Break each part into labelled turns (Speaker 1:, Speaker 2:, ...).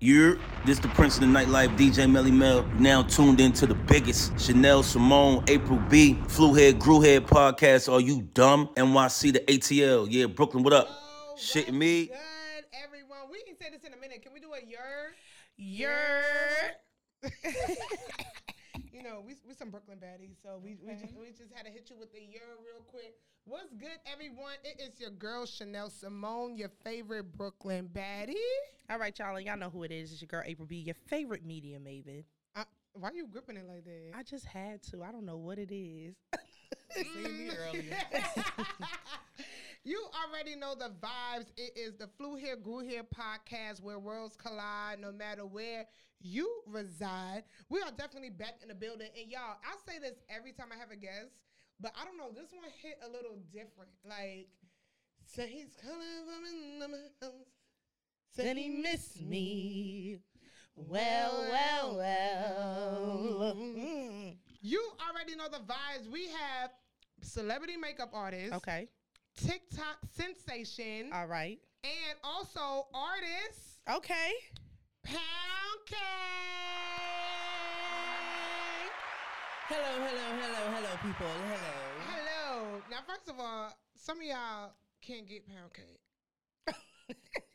Speaker 1: You're this the Prince of the Nightlife, DJ Melly Mel. Now tuned into the biggest Chanel Simone, April B, Fluhead, Grewhead podcast. Are you dumb? NYC the ATL. Yeah, Brooklyn, what up?
Speaker 2: Oh,
Speaker 1: Shit,
Speaker 2: what's
Speaker 1: me?
Speaker 2: Good, everyone. We can say this in a minute. Can we do a yer?
Speaker 3: Yer.
Speaker 2: you know, we we some Brooklyn baddies, so we we just, we just had to hit you with the yer real quick. What's good, everyone? It is your girl Chanel Simone, your favorite Brooklyn baddie.
Speaker 3: All right, y'all, and y'all know who it is. It's your girl April B, your favorite media maven.
Speaker 2: Uh, why you gripping it like that?
Speaker 3: I just had to. I don't know what it is.
Speaker 2: Mm. you already know the vibes. It is the Flew Here, Grew Here podcast where worlds collide no matter where you reside. We are definitely back in the building. And y'all, I say this every time I have a guest, but I don't know. This one hit a little different. Like, so he's coming from in the mountains. So
Speaker 3: then he missed me. Well,
Speaker 2: Mm.
Speaker 3: well, well. Mm.
Speaker 2: You already know the vibes. We have celebrity makeup artist,
Speaker 3: Okay.
Speaker 2: TikTok sensation,
Speaker 3: All right.
Speaker 2: and also artist
Speaker 3: Okay.
Speaker 2: Pound Cake.
Speaker 4: Hello, hello, hello, hello, people. Hello.
Speaker 2: Hello. Now, first of all, some of y'all can't get Pound Cake.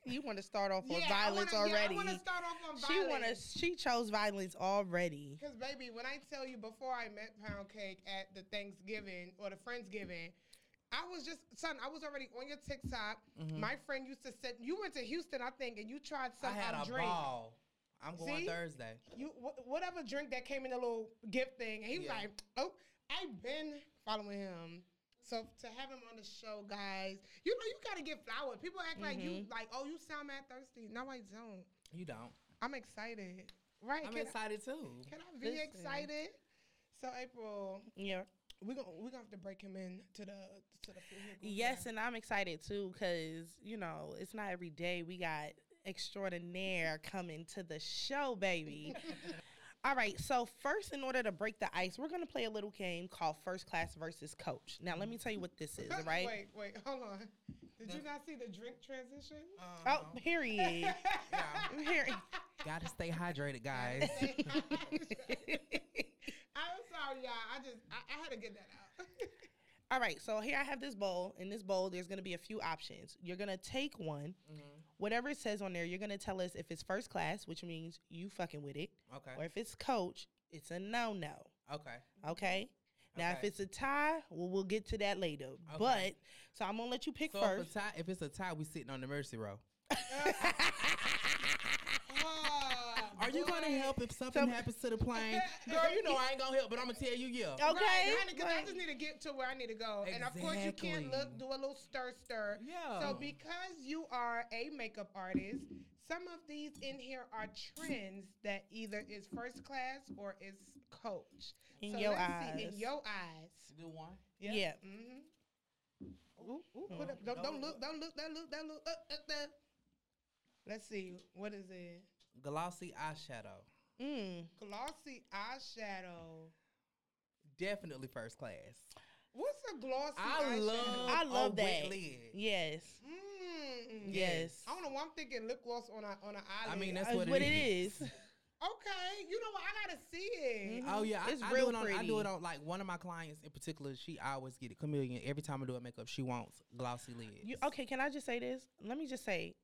Speaker 3: You want to start off on
Speaker 2: Yeah, I
Speaker 3: violence
Speaker 2: wanna- yeah,
Speaker 3: already?
Speaker 2: I want to start off on
Speaker 3: she want to.
Speaker 2: violence.
Speaker 3: She chose violence already.
Speaker 2: Because, baby, when I tell you before I met Pound Cake at the Thanksgiving or the Friendsgiving, I was just, son, I was already on your TikTok.
Speaker 3: Mm-hmm.
Speaker 2: My friend used to sit, you went to Houston, I think, and you tried
Speaker 4: I
Speaker 2: some
Speaker 4: had
Speaker 2: um,
Speaker 4: a
Speaker 2: drink.
Speaker 4: ball. I'm going
Speaker 2: See?
Speaker 4: Thursday.
Speaker 2: You wh- Whatever drink that came in the little gift thing. And he was
Speaker 4: Yeah.
Speaker 2: like, oh, I've been following him. So to have him on the show, guys, you know, you got to get flowers. People act like you, like, oh, you sound mad thirsty. No, I don't.
Speaker 4: You don't.
Speaker 2: I'm excited. Right.
Speaker 4: I'm
Speaker 2: can I-
Speaker 4: excited too.
Speaker 2: Can I be
Speaker 3: Listen.
Speaker 2: excited? So April,
Speaker 3: Yeah.
Speaker 2: we're gonna we're gonna have to break him in to the to the food here,
Speaker 3: Yes,
Speaker 2: Google.
Speaker 3: and I'm excited too because you know it's not every day we got extraordinaire coming to the show, baby. All right, so first, in order to break the ice, we're gonna play a little game called First Class versus Coach. Now, let me tell you what this is, all right?
Speaker 2: wait, wait, hold on. Did you
Speaker 4: No.
Speaker 2: not see the drink transition?
Speaker 3: Oh,
Speaker 4: Uh-huh.
Speaker 3: period.
Speaker 4: Yeah.
Speaker 3: period.
Speaker 4: Gotta stay hydrated, guys.
Speaker 2: I'm sorry, y'all. I just I, I had to get that out.
Speaker 3: All right, so here I have this bowl. In this bowl, there's gonna be a few options. You're gonna take one.
Speaker 4: Mhm.
Speaker 3: Whatever it says on there, you're gonna tell us if it's first class, which means you fucking with it, or
Speaker 4: Okay.
Speaker 3: if it's coach, it's a no no.
Speaker 4: Okay.
Speaker 3: Okay. Now, if
Speaker 4: Okay.
Speaker 3: it's a tie, well, we'll get to that later. But
Speaker 4: Okay.
Speaker 3: so I'm gonna let you pick
Speaker 4: So if, a
Speaker 3: first.
Speaker 4: tie, if it's a tie, we sitting on the mercy row.
Speaker 2: Ah,
Speaker 4: Are you gonna
Speaker 2: boy.
Speaker 4: help if something
Speaker 3: Some-
Speaker 4: happens to the plane? Girl, you know I ain't gonna help, but I'm gonna tell you yeah.
Speaker 3: okay.
Speaker 2: Right, honey, 'cause I
Speaker 3: right.
Speaker 2: just need to get to where I need to go. And of course, you can't look,
Speaker 4: Exactly.
Speaker 2: do a little stir, stir.
Speaker 4: Yeah.
Speaker 2: So, because you are a makeup artist, some of these in here are trends that either is first class or is coach.
Speaker 3: In
Speaker 2: so
Speaker 3: your
Speaker 2: let's See, in
Speaker 3: eyes.
Speaker 2: your eyes.
Speaker 4: Do one.
Speaker 3: Yeah. Oh.
Speaker 2: Mm-hmm. Ooh, ooh, put up. Don't, don't look, don't look, don't look, don't look. Up, up there. Let's see. What is it?
Speaker 4: Glossy eyeshadow.
Speaker 3: Mm.
Speaker 2: Glossy eyeshadow.
Speaker 4: Definitely first class.
Speaker 2: What's a glossy
Speaker 4: I
Speaker 2: eyeshadow?
Speaker 4: love
Speaker 3: I love
Speaker 4: a
Speaker 3: that.
Speaker 4: Oh, wet lid.
Speaker 3: Yes.
Speaker 2: Mm.
Speaker 3: Yes.
Speaker 2: I don't know why I'm thinking lip gloss on a on an eyelid.
Speaker 4: I mean, that's
Speaker 3: That's
Speaker 4: what,
Speaker 3: what
Speaker 4: it
Speaker 3: it
Speaker 4: is.
Speaker 3: is.
Speaker 2: okay. You know what? I gotta see it.
Speaker 3: Mhm.
Speaker 4: Oh yeah, I,
Speaker 3: It's
Speaker 4: I
Speaker 3: real
Speaker 4: do it on. I do
Speaker 3: pretty.
Speaker 4: it on like one of my clients in particular. She always get it chameleon. Every time I do her makeup, she wants glossy lids.
Speaker 3: You, okay. Can I just say this? Let me just say,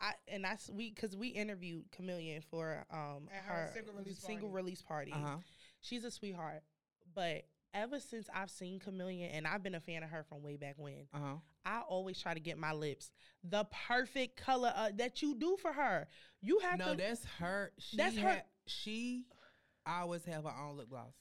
Speaker 3: I and I s- we because we interviewed Chameleon for um
Speaker 2: At her single release
Speaker 3: single
Speaker 2: party. Uh-huh.
Speaker 3: release party.
Speaker 4: Uh huh.
Speaker 3: She's a sweetheart, but ever since I've seen Chameleon and I've been a fan of her from way back when,
Speaker 4: Uh huh.
Speaker 3: I always try to get my lips the perfect color uh, that you do for her. You have
Speaker 4: No,
Speaker 3: to,
Speaker 4: that's her. She
Speaker 3: That's her-
Speaker 4: ha- she always have her own lip gloss.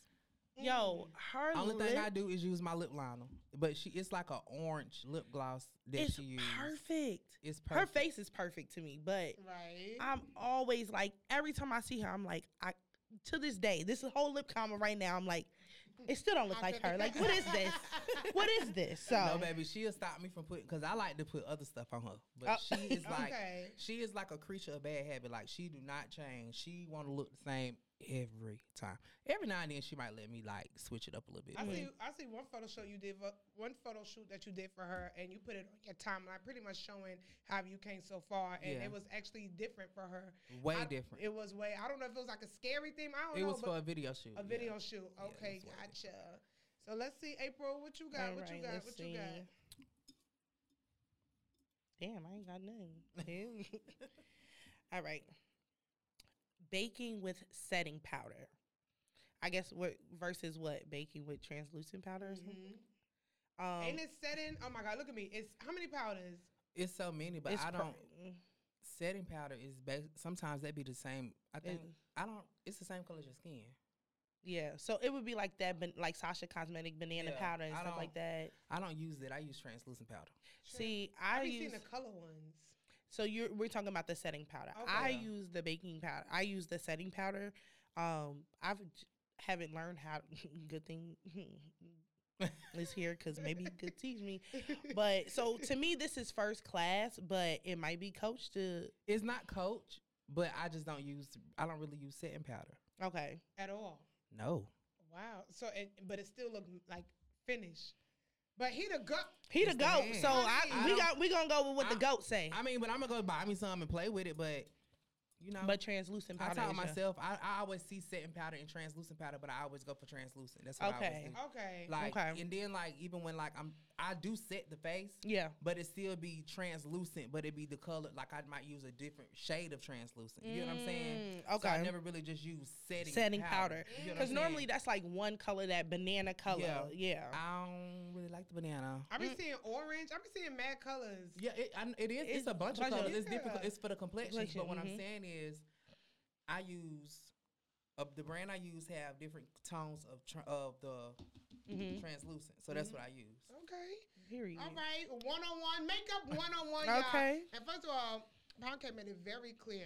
Speaker 2: Mm-hmm.
Speaker 3: yo, her
Speaker 4: Only
Speaker 3: lip
Speaker 4: thing I do is use my lip liner, but she it's like a orange lip gloss that
Speaker 3: is
Speaker 4: she uses.
Speaker 3: perfect.
Speaker 4: It's perfect.
Speaker 3: Her face is perfect to me, but
Speaker 2: Right.
Speaker 3: I'm always like, every time I see her, I'm like, I to this day, this whole lip combo right now, I'm like, it still don't look like her. Like, what is this? what is this? So,
Speaker 4: No, baby, she'll stop me from putting because I like to put other stuff on her, but
Speaker 3: Oh.
Speaker 4: she is like
Speaker 2: okay.
Speaker 4: she is like a creature of bad habit. Like she do not change. She want to look the same every time. Every now and then, she might let me like switch it up a little bit.
Speaker 2: I
Speaker 4: but-
Speaker 2: see. I see one photo shoot you did. For, one photo shoot that you did for her, and you put it on your timeline, pretty much showing how you came so far, and
Speaker 4: Yeah.
Speaker 2: it was actually different for her.
Speaker 4: way
Speaker 2: I-
Speaker 4: different. It,
Speaker 2: It was way. I don't know if it was like a scary thing. I don't know.
Speaker 4: was
Speaker 2: but
Speaker 4: for a video shoot.
Speaker 2: a
Speaker 4: yeah.
Speaker 2: video shoot.
Speaker 4: Yeah, it
Speaker 2: Okay,
Speaker 4: was way
Speaker 2: gotcha. So let's see, April. What you got? what you
Speaker 3: Alright,
Speaker 2: got?
Speaker 3: let's
Speaker 2: What you got?
Speaker 3: see. Damn, I ain't got nothing. All right. Baking with setting powder. I guess what versus what baking with translucent powder.
Speaker 4: Mm-hmm.
Speaker 3: or something?
Speaker 2: Mhm.
Speaker 3: Um,
Speaker 2: and it's setting. Oh my God! Look at me. It's how many powders?
Speaker 4: It's so many, but
Speaker 3: it's
Speaker 4: I
Speaker 3: pro-
Speaker 4: don't.
Speaker 3: mm,
Speaker 4: setting powder is ba- sometimes they be the same. I think
Speaker 3: It-
Speaker 4: I don't. It's the same color as your skin.
Speaker 3: yeah, so it would be like that, ban- like Sasha Cosmetic banana
Speaker 4: Yeah,
Speaker 3: powder and
Speaker 4: I
Speaker 3: stuff like
Speaker 4: don't-
Speaker 3: that.
Speaker 4: I don't use that. I use translucent powder.
Speaker 3: See,
Speaker 2: I
Speaker 3: I
Speaker 2: be
Speaker 3: use
Speaker 2: seeing the color ones.
Speaker 3: So you're we're talking about the setting powder.
Speaker 2: Okay.
Speaker 3: I
Speaker 4: Yeah.
Speaker 3: use the baking powder. I use the setting powder. Um, I've j- haven't learned how. good thing is here because maybe you could teach me. But so to me, this is first class, but it might be coached to.
Speaker 4: It's not Coach, but I just don't use. I don't really use setting powder.
Speaker 3: Okay,
Speaker 2: at all.
Speaker 4: No,
Speaker 2: Wow. So, and, but it still looked like finished. But he the go.
Speaker 3: he
Speaker 4: It's
Speaker 3: the
Speaker 4: the
Speaker 3: goat.
Speaker 4: man.
Speaker 3: so I,
Speaker 2: I mean-
Speaker 3: we
Speaker 4: I
Speaker 3: got we gonna go with what the
Speaker 4: I-
Speaker 3: goat say.
Speaker 4: I mean, but I'm gonna go buy me some and play with it. But you know,
Speaker 3: but translucent
Speaker 4: I
Speaker 3: powder.
Speaker 4: taught
Speaker 3: is your-
Speaker 4: myself. I, I always see setting powder and translucent powder, but I always go for translucent. That's what I
Speaker 3: Okay.
Speaker 4: always do.
Speaker 2: Okay.
Speaker 4: Like,
Speaker 3: Okay.
Speaker 4: and then like even when like I'm, I do set the face.
Speaker 3: Yeah.
Speaker 4: but it still be translucent, but it be the color. Like I might use a different shade of translucent. You know what I'm saying?
Speaker 3: Mm,
Speaker 4: So I
Speaker 3: okay.
Speaker 4: never really just use setting
Speaker 3: Setting powder.
Speaker 4: powder. You know what I'm
Speaker 3: Because normally
Speaker 4: saying?
Speaker 3: that's like one color, that banana color. Yeah.
Speaker 4: Yeah. I don't really like the banana.
Speaker 2: I be
Speaker 3: Mm.
Speaker 2: seeing orange. I be seeing mad colors.
Speaker 4: Yeah, it, I, it is. It's,
Speaker 3: It's
Speaker 4: a bunch,
Speaker 3: bunch
Speaker 4: of
Speaker 3: of-
Speaker 4: colors. It's difficult.
Speaker 2: Yeah.
Speaker 4: It's for the complexion. mm-hmm.
Speaker 3: Complexion,
Speaker 4: But what
Speaker 3: mhm.
Speaker 4: I'm saying is, I use uh, the brand I use have different tones of tr of the Mm-hmm.
Speaker 3: hmm
Speaker 4: translucent. So that's what I use.
Speaker 2: Okay.
Speaker 3: Period.
Speaker 2: All right. One on one makeup. One on one.
Speaker 3: Okay.
Speaker 2: And first of all, Poundcake made it very clear.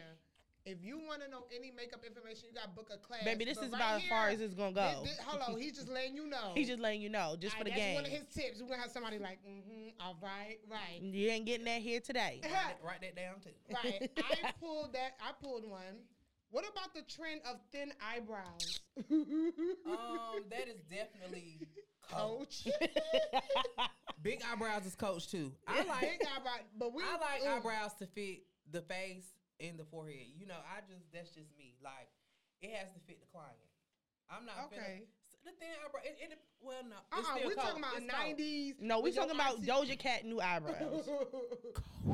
Speaker 2: If you want to know any makeup information, you got to book a class.
Speaker 3: Baby, this
Speaker 2: But
Speaker 3: is
Speaker 2: right
Speaker 3: about as far
Speaker 2: here,
Speaker 3: as it's gonna
Speaker 2: thi-
Speaker 3: go.
Speaker 2: thi- hold on. He's just letting you know.
Speaker 3: He's just letting you know, just
Speaker 2: All right,
Speaker 3: for the
Speaker 2: that's
Speaker 3: game. Mm.
Speaker 2: one of his tips. We're going to have somebody like, mm-hmm, all right, right.
Speaker 3: You ain't getting that here today.
Speaker 4: Write that- Write that down too.
Speaker 2: Right. I pulled that. I pulled one. What about the trend of thin eyebrows?
Speaker 4: Um, that is definitely
Speaker 3: Oh.
Speaker 4: coach.
Speaker 2: Coach.
Speaker 4: Big eyebrows is coach too. I like
Speaker 2: Big eyebrow, but we.
Speaker 4: I like
Speaker 2: ooh,
Speaker 4: eyebrows to fit the face and the forehead. You know, I just that's just me. Like it has to fit the client. I'm not
Speaker 2: Okay.
Speaker 4: okay. the thin eyebrow. It, it dep- well no.
Speaker 2: Uh-uh,
Speaker 4: it's still
Speaker 2: we
Speaker 4: coach.
Speaker 2: talking about
Speaker 4: It's coach.
Speaker 2: nineties.
Speaker 3: No, we
Speaker 2: with your
Speaker 3: talking about
Speaker 2: auntie-
Speaker 3: Doja Cat new eyebrows.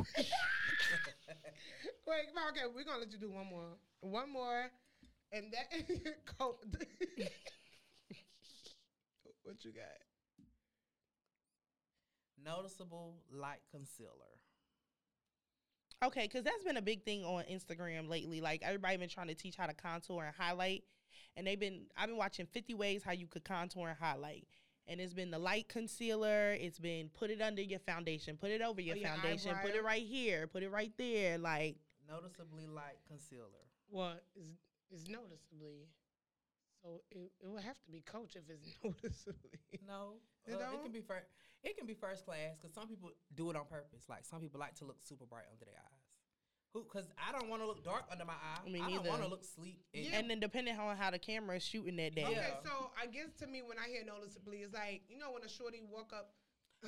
Speaker 2: Wait, come on, okay, we're gonna let you do one more, one more, and that coach. what you got?
Speaker 4: Noticeable light concealer.
Speaker 3: okay, because that's been a big thing on Instagram lately. Like everybody been trying to teach how to contour and highlight, and they've been I've been watching 50 ways how you could contour and highlight. And it's been the light concealer. It's been put it under your foundation, put it over your
Speaker 2: Oh, your
Speaker 3: foundation, put it
Speaker 2: eyebrow.
Speaker 3: right here, put it right there. Like
Speaker 4: Noticeably light concealer.
Speaker 2: Well, it's, it's noticeably, so it, it would have to be coach if it's noticeably.
Speaker 4: No,
Speaker 2: You
Speaker 4: uh,
Speaker 2: don't?
Speaker 4: it can be first. It can be first class because some people do it on purpose. Like some people like to look super bright under their eyes. Who? Because I don't want to look dark under my eye.
Speaker 3: Me
Speaker 4: I don't
Speaker 3: neither.
Speaker 4: want to look sleek. and-
Speaker 2: Yeah.
Speaker 3: and then depending on how the camera is shooting that day.
Speaker 2: Okay,
Speaker 4: Yeah.
Speaker 2: so I guess to me when I hear noticeably, it's like you know when a shorty walk up.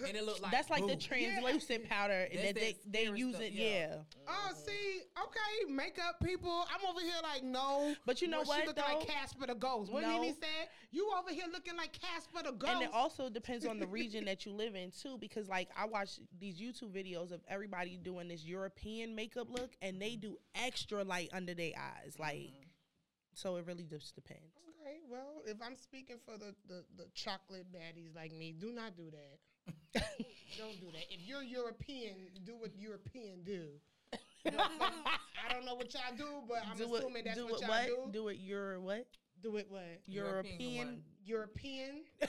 Speaker 4: and it look like
Speaker 3: That's like the
Speaker 4: boo.
Speaker 3: translucent powder
Speaker 4: That's
Speaker 3: that
Speaker 4: that
Speaker 3: they they
Speaker 4: spirit
Speaker 3: use
Speaker 4: stuff,
Speaker 3: it.
Speaker 4: yeah.
Speaker 3: yeah.
Speaker 2: Oh,
Speaker 3: Mm-hmm.
Speaker 2: see, okay, makeup people. I'm over here like no,
Speaker 3: But you know
Speaker 2: Well, She
Speaker 3: what,
Speaker 2: looking like
Speaker 3: though?
Speaker 2: Casper the Ghost. What
Speaker 3: No.
Speaker 2: did he say? You over here looking like Casper the Ghost.
Speaker 3: And it also depends on the region that you live in too, because like I watch these YouTube videos of everybody doing this European makeup look, and they do extra light under their eyes, like.
Speaker 2: Mm-hmm.
Speaker 3: So it really just depends.
Speaker 2: okay, well, if I'm speaking for the, the the chocolate baddies like me, do not do that. don't do that. If you're European, do what European do. You know what I'm saying? I don't know what y'all do, but I'm
Speaker 3: do
Speaker 2: assuming
Speaker 3: it,
Speaker 2: that's
Speaker 3: do
Speaker 2: what
Speaker 3: it
Speaker 2: y'all
Speaker 3: what?
Speaker 2: do.
Speaker 3: Do it your what?
Speaker 2: Do it what?
Speaker 3: European.
Speaker 4: European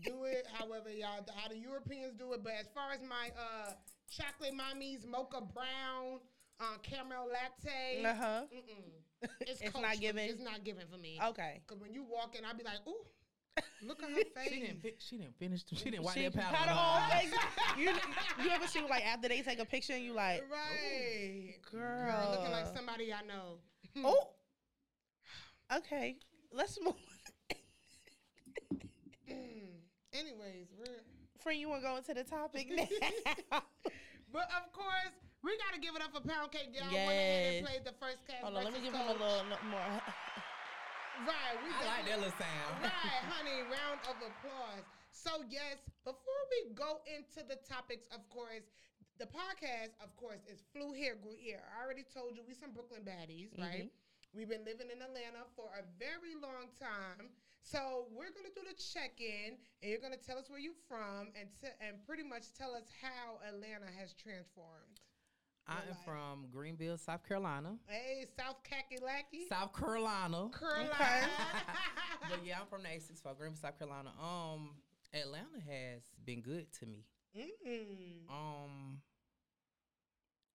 Speaker 2: European. do it however y'all how the Europeans do it. But as far as my uh chocolate mommies, mocha brown, uh, caramel latte,
Speaker 3: uh huh.
Speaker 2: mm-mm. it's,
Speaker 3: It's
Speaker 2: coach
Speaker 3: not Oh.
Speaker 2: for me.
Speaker 3: giving?
Speaker 2: It's not giving for me.
Speaker 3: Okay.
Speaker 2: Cause when you walk in, I'll be like, ooh, look at her
Speaker 4: She
Speaker 2: face.
Speaker 4: didn't. Fi- she didn't finish. She didn't wipe
Speaker 3: She-
Speaker 4: that powder.
Speaker 3: powder
Speaker 4: on her
Speaker 3: all
Speaker 4: eye.
Speaker 3: face. you, you ever seen like after they take a picture and you like,
Speaker 2: right,
Speaker 3: Oh, girl,
Speaker 2: Girl, looking like somebody I know.
Speaker 3: oh. Okay, let's move.
Speaker 2: Mm. Anyways, we're
Speaker 3: Friend, you want to go into the topic now?
Speaker 2: but of course we gotta give it up for Pound Cake. Y'all went ahead and
Speaker 3: Yes.
Speaker 2: played the first cast.
Speaker 3: Hold on, let me
Speaker 2: versus
Speaker 3: give him a
Speaker 2: Coach.
Speaker 3: little no- more.
Speaker 2: Right, we
Speaker 4: I
Speaker 2: definitely-
Speaker 4: like that little sound.
Speaker 2: Right, honey, round of applause. So, yes, before we go into the topics, of course, the podcast, of course, is Flew Here, Grew Here. I already told you, we some Brooklyn baddies,
Speaker 4: Mm-hmm.
Speaker 2: right? We've been living in Atlanta for a very long time. So we're gonna do the check-in, and you're gonna tell us where you're from, and t- and pretty much tell us how Atlanta has transformed.
Speaker 4: I am
Speaker 2: Right.
Speaker 4: from Greenville, South Carolina.
Speaker 2: Hey, South Khaki Lackey,
Speaker 4: South Carolina.
Speaker 2: Carolina.
Speaker 4: But yeah, I'm from the A64, Greenville, South Carolina. Um, Atlanta has been good to me.
Speaker 2: Mm.
Speaker 4: Um,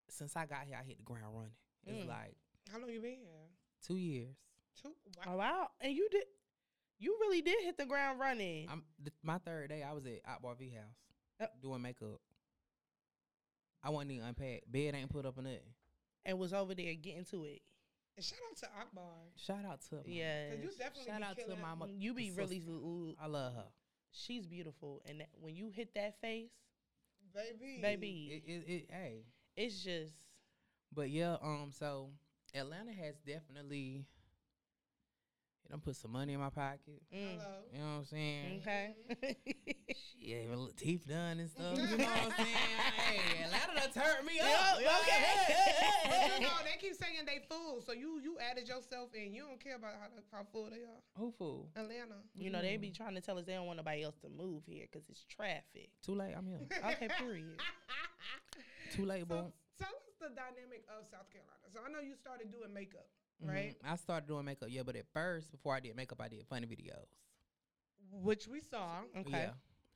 Speaker 4: since I got here, I hit the ground running. It's
Speaker 3: Mm.
Speaker 4: like
Speaker 2: How long you been here?
Speaker 4: two years.
Speaker 2: Two. Wow.
Speaker 3: Oh wow, and you did, you really did hit the ground running.
Speaker 4: I'm th- my third day. I was at Otbar V House
Speaker 3: Oh.
Speaker 4: doing makeup. I wasn't even unpacked. Bed ain't put up or nothing.
Speaker 3: and was over there getting to it.
Speaker 2: And shout out to Akbar.
Speaker 4: Shout out to my-
Speaker 3: Yeah,
Speaker 2: Cause you definitely
Speaker 4: Shout
Speaker 2: be
Speaker 4: out to
Speaker 2: killing-
Speaker 4: my mo-
Speaker 3: you be
Speaker 4: sister.
Speaker 3: really. l- l-
Speaker 4: I love her.
Speaker 3: She's beautiful, and that, when you hit that face,
Speaker 2: baby.
Speaker 4: It,
Speaker 3: baby,
Speaker 4: it, it, hey,
Speaker 3: it's just
Speaker 4: but yeah. Um, so Atlanta has definitely. It done put some money in my pocket.
Speaker 3: mm,
Speaker 2: Hello.
Speaker 4: You know what I'm saying?
Speaker 3: okay.
Speaker 4: Yeah, even little teeth done and stuff. You know what I'm saying? hey, Atlanta done turned me up.
Speaker 3: Yeah,
Speaker 4: You know,
Speaker 3: okay.
Speaker 4: hey, hey,
Speaker 2: But
Speaker 4: hey,
Speaker 2: you
Speaker 4: hey.
Speaker 2: know, they keep saying they fools, so you you added yourself in. You don't care about how the- how full they are.
Speaker 4: Who Oh, fool?
Speaker 2: Atlanta.
Speaker 3: you know
Speaker 4: Mm.
Speaker 3: they be trying to tell us they don't want nobody else to move here because it's traffic.
Speaker 4: Too late. I'm here.
Speaker 3: Okay, period.
Speaker 4: Too late, boy.
Speaker 2: so tell us the dynamic of South Carolina. So I know you started doing makeup,
Speaker 4: Mhm.
Speaker 2: right?
Speaker 4: I started doing makeup. Yeah, but at first, before I did makeup, I did funny videos.
Speaker 2: Which we saw.
Speaker 3: Okay,
Speaker 4: Yeah.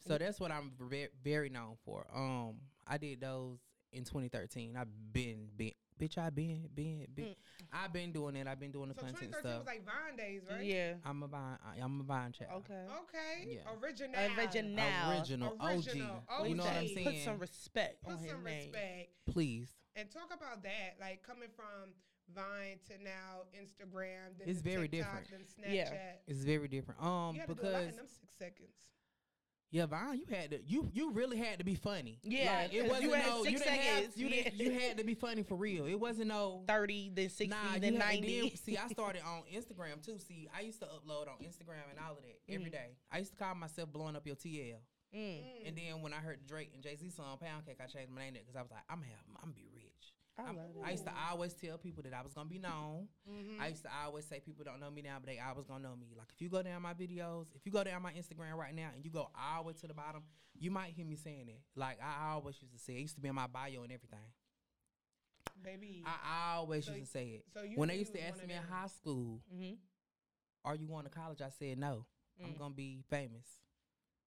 Speaker 4: So that's what I'm very, very known for. Um, I did those in 2013. I've been, been bitch. I've been, been, been. I've been doing it. I've been doing the
Speaker 2: Mm. So
Speaker 4: content
Speaker 2: 2013
Speaker 4: stuff.
Speaker 2: was like Vine days, right?
Speaker 3: yeah,
Speaker 4: I'm a vine. I- I'm a vine child.
Speaker 3: okay.
Speaker 2: Oh, Okay.
Speaker 4: Yeah.
Speaker 2: Original.
Speaker 3: Origin- Now.
Speaker 4: Original,
Speaker 2: Original,
Speaker 4: OG. You know what I'm
Speaker 2: OG.
Speaker 4: saying?
Speaker 3: Put some respect on
Speaker 2: Put
Speaker 3: his
Speaker 2: some
Speaker 3: name.
Speaker 2: respect.
Speaker 4: Please.
Speaker 2: And talk about that, like coming from Vine to now Instagram. Then
Speaker 4: It's
Speaker 2: to
Speaker 4: very
Speaker 2: TikTok,
Speaker 4: different.
Speaker 2: Then Snapchat.
Speaker 3: Yeah.
Speaker 4: It's very different. Um,
Speaker 2: you had to do a lot
Speaker 4: because
Speaker 2: in them six seconds.
Speaker 4: yeah, Vine, you had to you you really had to be funny.
Speaker 3: Yeah,
Speaker 4: Like,
Speaker 3: 'cause
Speaker 4: it wasn't
Speaker 3: you had
Speaker 4: no
Speaker 3: six
Speaker 4: you didn't have-
Speaker 3: seconds,
Speaker 4: you didn't,
Speaker 3: yeah.
Speaker 4: you had to be funny for real. It wasn't no
Speaker 3: Thirty, then sixty, then
Speaker 4: you had- and
Speaker 3: ninety.
Speaker 4: Then, see, I started on Instagram too. See, I used to upload on Instagram and all of that every
Speaker 3: Mhm.
Speaker 4: day. I used to call myself blowing up your TL.
Speaker 3: Mm.
Speaker 4: And then when I heard Drake and Jay Z song Pound Cake, I changed my name because I was like, I'm gonna have, I'm gonna be rich.
Speaker 3: I
Speaker 4: I'm-
Speaker 3: love
Speaker 4: I
Speaker 3: it.
Speaker 4: used to always tell people that I was gonna be known.
Speaker 2: Mm-hmm.
Speaker 4: I used to always say people don't know me now, but they always gonna know me. Like if you go down my videos, if you go down my Instagram right now and you go all the way to the bottom, you might hear me saying it. Like I always used to say, it used to be in my bio and everything.
Speaker 2: Baby.
Speaker 4: I always
Speaker 2: So
Speaker 4: used to say it.
Speaker 2: so you
Speaker 4: when they
Speaker 2: knew
Speaker 4: used
Speaker 2: you
Speaker 4: to
Speaker 2: was
Speaker 4: ask
Speaker 2: one of
Speaker 4: me in
Speaker 2: them.
Speaker 4: high school,
Speaker 3: Mm-hmm.
Speaker 4: are you going to college? I said no. I'm
Speaker 3: Mm.
Speaker 4: gonna be famous.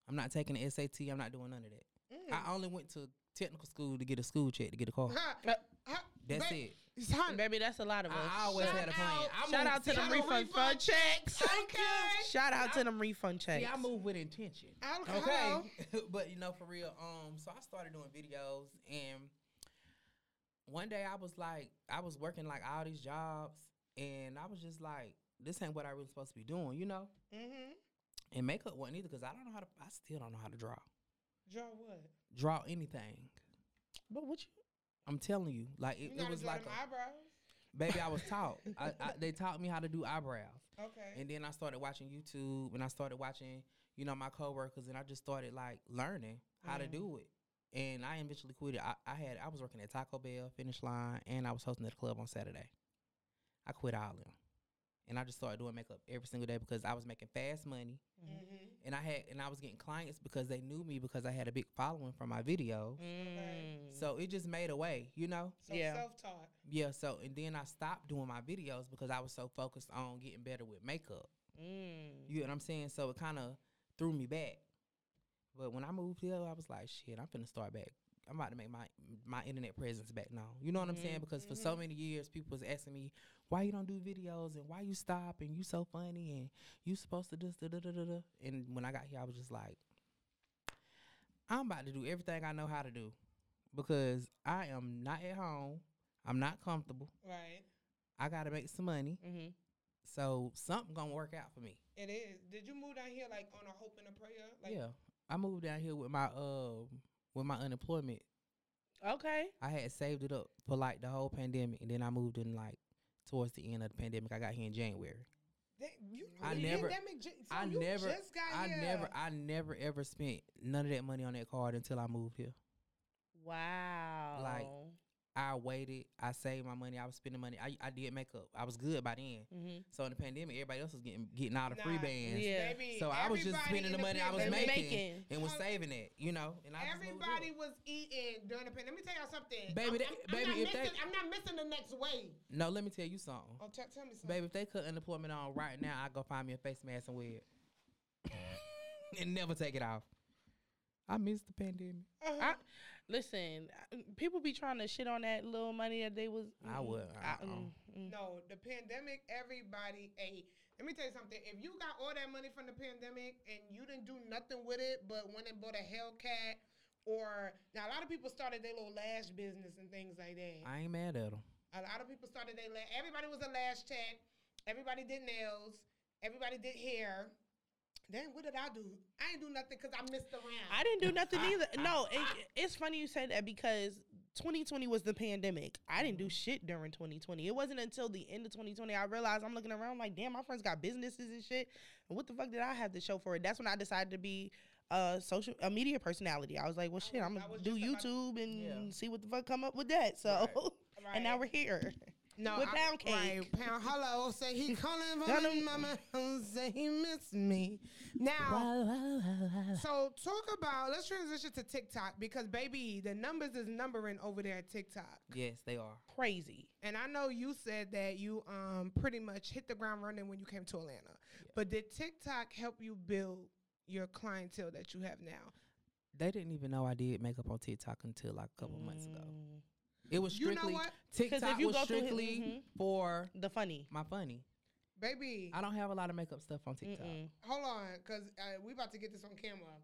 Speaker 4: I'm not taking the SAT. I'm not doing none of that.
Speaker 2: Mm.
Speaker 4: I only went to technical school to get a school check to get a car.
Speaker 2: Ha,
Speaker 3: Uh,
Speaker 2: ha,
Speaker 4: That's
Speaker 2: ba-
Speaker 4: it.
Speaker 2: Son,
Speaker 3: Baby, that's a lot of us.
Speaker 4: I always
Speaker 2: Shout
Speaker 4: had a plan.
Speaker 2: out-
Speaker 3: Shout
Speaker 4: I moved-
Speaker 3: out to
Speaker 4: see,
Speaker 3: them
Speaker 4: I moved-
Speaker 3: refund fund checks.
Speaker 2: Okay.
Speaker 3: Shout out to them refund checks.
Speaker 4: See, I move with intention.
Speaker 2: Okay.
Speaker 4: Okay,
Speaker 2: hello.
Speaker 4: but you know for real. Um, so I started doing videos, and one day I was like, I was working like all these jobs, and I was just like, this ain't what I really supposed to be doing, you know.
Speaker 2: Mhm.
Speaker 4: And makeup wasn't either because I don't know how to. I still don't know how to draw.
Speaker 2: Draw what?
Speaker 4: Draw anything.
Speaker 3: But what you?
Speaker 4: I'm telling you, like
Speaker 2: You
Speaker 4: it,
Speaker 2: know
Speaker 4: it
Speaker 2: how to
Speaker 4: was
Speaker 2: draw
Speaker 4: like
Speaker 2: them
Speaker 4: a-
Speaker 2: eyebrows.
Speaker 4: baby. I was taught. I, I, they taught me how to do eyebrows.
Speaker 2: Okay.
Speaker 4: And then I started watching YouTube and I started watching, you know, my coworkers and I just started like learning how to
Speaker 3: Mm.
Speaker 4: do it. And I eventually quit it. I, I had I was working at Taco Bell, Finish Line, and I was hosting at the club on Saturday. I quit all of them. And I just started doing makeup every single day because I was making fast money
Speaker 2: Mhm.
Speaker 4: and I had and I was getting clients because they knew me because I had a big following from my video.
Speaker 3: Mm.
Speaker 4: So it just made a way, you know?
Speaker 2: So
Speaker 3: Yeah.
Speaker 2: self-taught.
Speaker 4: Yeah, so and then I stopped doing my videos because I was so focused on getting better with makeup.
Speaker 3: Mm.
Speaker 4: You know what I'm saying? So it kind of threw me back. But when I moved here, I was like, shit, I'm finna start back. I'm about to make my my internet presence back now. You know what I'm saying? Because for so many years, people was asking me, why you don't do videos and why you stop and you so funny and you supposed to just da da da da da. And when I got here, I was just like, I'm about to do everything I know how to do because I am not at home. I'm not comfortable.
Speaker 2: Right.
Speaker 4: I got to make some money
Speaker 3: Mm-hmm.
Speaker 4: So something gonna work out for me.
Speaker 2: It is. Did you move down here like on a hope and a prayer? Like,
Speaker 4: yeah, I moved down here with my um with my unemployment.
Speaker 3: Okay.
Speaker 4: I had saved it up for like the whole pandemic, and then I moved in like towards the end of the pandemic. I got here in January.
Speaker 2: that- you,
Speaker 4: I
Speaker 2: the
Speaker 4: never-
Speaker 2: pandemic ju- so
Speaker 4: I
Speaker 2: you
Speaker 4: never,
Speaker 2: Just got
Speaker 4: I
Speaker 2: here.
Speaker 4: never, I never ever spent none of that money on that card until I moved here.
Speaker 3: Wow.
Speaker 4: I waited. I saved my money. I was spending money. I, I did makeup. I was good by then.
Speaker 3: mm-hmm.
Speaker 4: So in the pandemic, everybody else was getting getting all the free
Speaker 2: Nah,
Speaker 4: bands.
Speaker 3: yeah.
Speaker 2: Baby,
Speaker 4: So I was just
Speaker 2: everybody
Speaker 4: spending
Speaker 2: in
Speaker 4: the money I was
Speaker 2: pandemic-
Speaker 4: making,
Speaker 3: making.
Speaker 4: and was
Speaker 2: Hold-
Speaker 4: saving it, you know. And I
Speaker 2: Everybody
Speaker 4: just moved
Speaker 2: was eating during the pandemic. Let me tell y'all something.
Speaker 4: Baby,
Speaker 2: I'm,
Speaker 4: that-
Speaker 2: I'm,
Speaker 4: baby,
Speaker 2: I'm not
Speaker 4: if they-
Speaker 2: missing, I'm not missing the next wave.
Speaker 4: up. no, let me tell you something,
Speaker 2: Oh, tell, tell me something.
Speaker 4: baby. If they cut unemployment on right now, I go find me a face mask and wear it, and never take it off. I miss the pandemic.
Speaker 2: Uh-huh.
Speaker 3: I, listen, I- people be trying to shit on that little money that they was.
Speaker 4: I
Speaker 3: mm,
Speaker 4: would-
Speaker 3: I-
Speaker 4: uh-uh.
Speaker 3: mm, mm.
Speaker 2: No, the pandemic, everybody ate. Let me tell you something. If you got all that money from the pandemic and you didn't do nothing with it, but went and bought a Hellcat, or now a lot of people started their little lash business and things like that.
Speaker 4: I ain't mad at them.
Speaker 2: A lot of people started their lash. Everybody was a lash tech. Everybody did nails. Everybody did hair. Then what did I do? I ain't do nothing because I missed the round.
Speaker 3: I didn't do nothing either. No, it, it's funny you say that because 2020 was the pandemic. I didn't do shit during 2020. It wasn't until the end of 2020 I realized I'm looking around like, damn, my friends got businesses and shit. And what the fuck did I have to show for it? That's when I decided to be a social a media personality. I was like, well, shit,
Speaker 2: was-
Speaker 3: I'm
Speaker 2: I
Speaker 3: gonna
Speaker 2: was
Speaker 3: do
Speaker 2: just about-
Speaker 3: YouTube and
Speaker 4: Yeah.
Speaker 3: see what the fuck come up with that. So, and now
Speaker 2: Right.
Speaker 3: we're here.
Speaker 2: No,
Speaker 3: with
Speaker 2: I-
Speaker 3: pound cake.
Speaker 2: Right, pound hello. Say he calling for
Speaker 3: Got
Speaker 2: me,
Speaker 3: him.
Speaker 2: mama. Say he miss me. Now, so talk about. Let's transition to TikTok because baby, the numbers is numbering over there at TikTok.
Speaker 4: Yes, they are.
Speaker 3: Crazy.
Speaker 2: And I know you said that you um pretty much hit the ground running when you came to Atlanta. But did TikTok help you build your clientele that you have now?
Speaker 4: They didn't even know I did makeup on TikTok until like a couple months ago.
Speaker 3: Mm.
Speaker 4: It was
Speaker 2: You know
Speaker 4: strictly
Speaker 2: what?
Speaker 4: 'Cause TikTok
Speaker 3: if you
Speaker 4: was
Speaker 3: go through his-
Speaker 4: strictly
Speaker 3: mhm.
Speaker 4: for
Speaker 3: The funny.
Speaker 4: my funny.
Speaker 2: Baby,
Speaker 4: I don't have a lot of makeup stuff on TikTok.
Speaker 3: Mm-mm.
Speaker 2: hold on, cause uh, we about to get this on camera.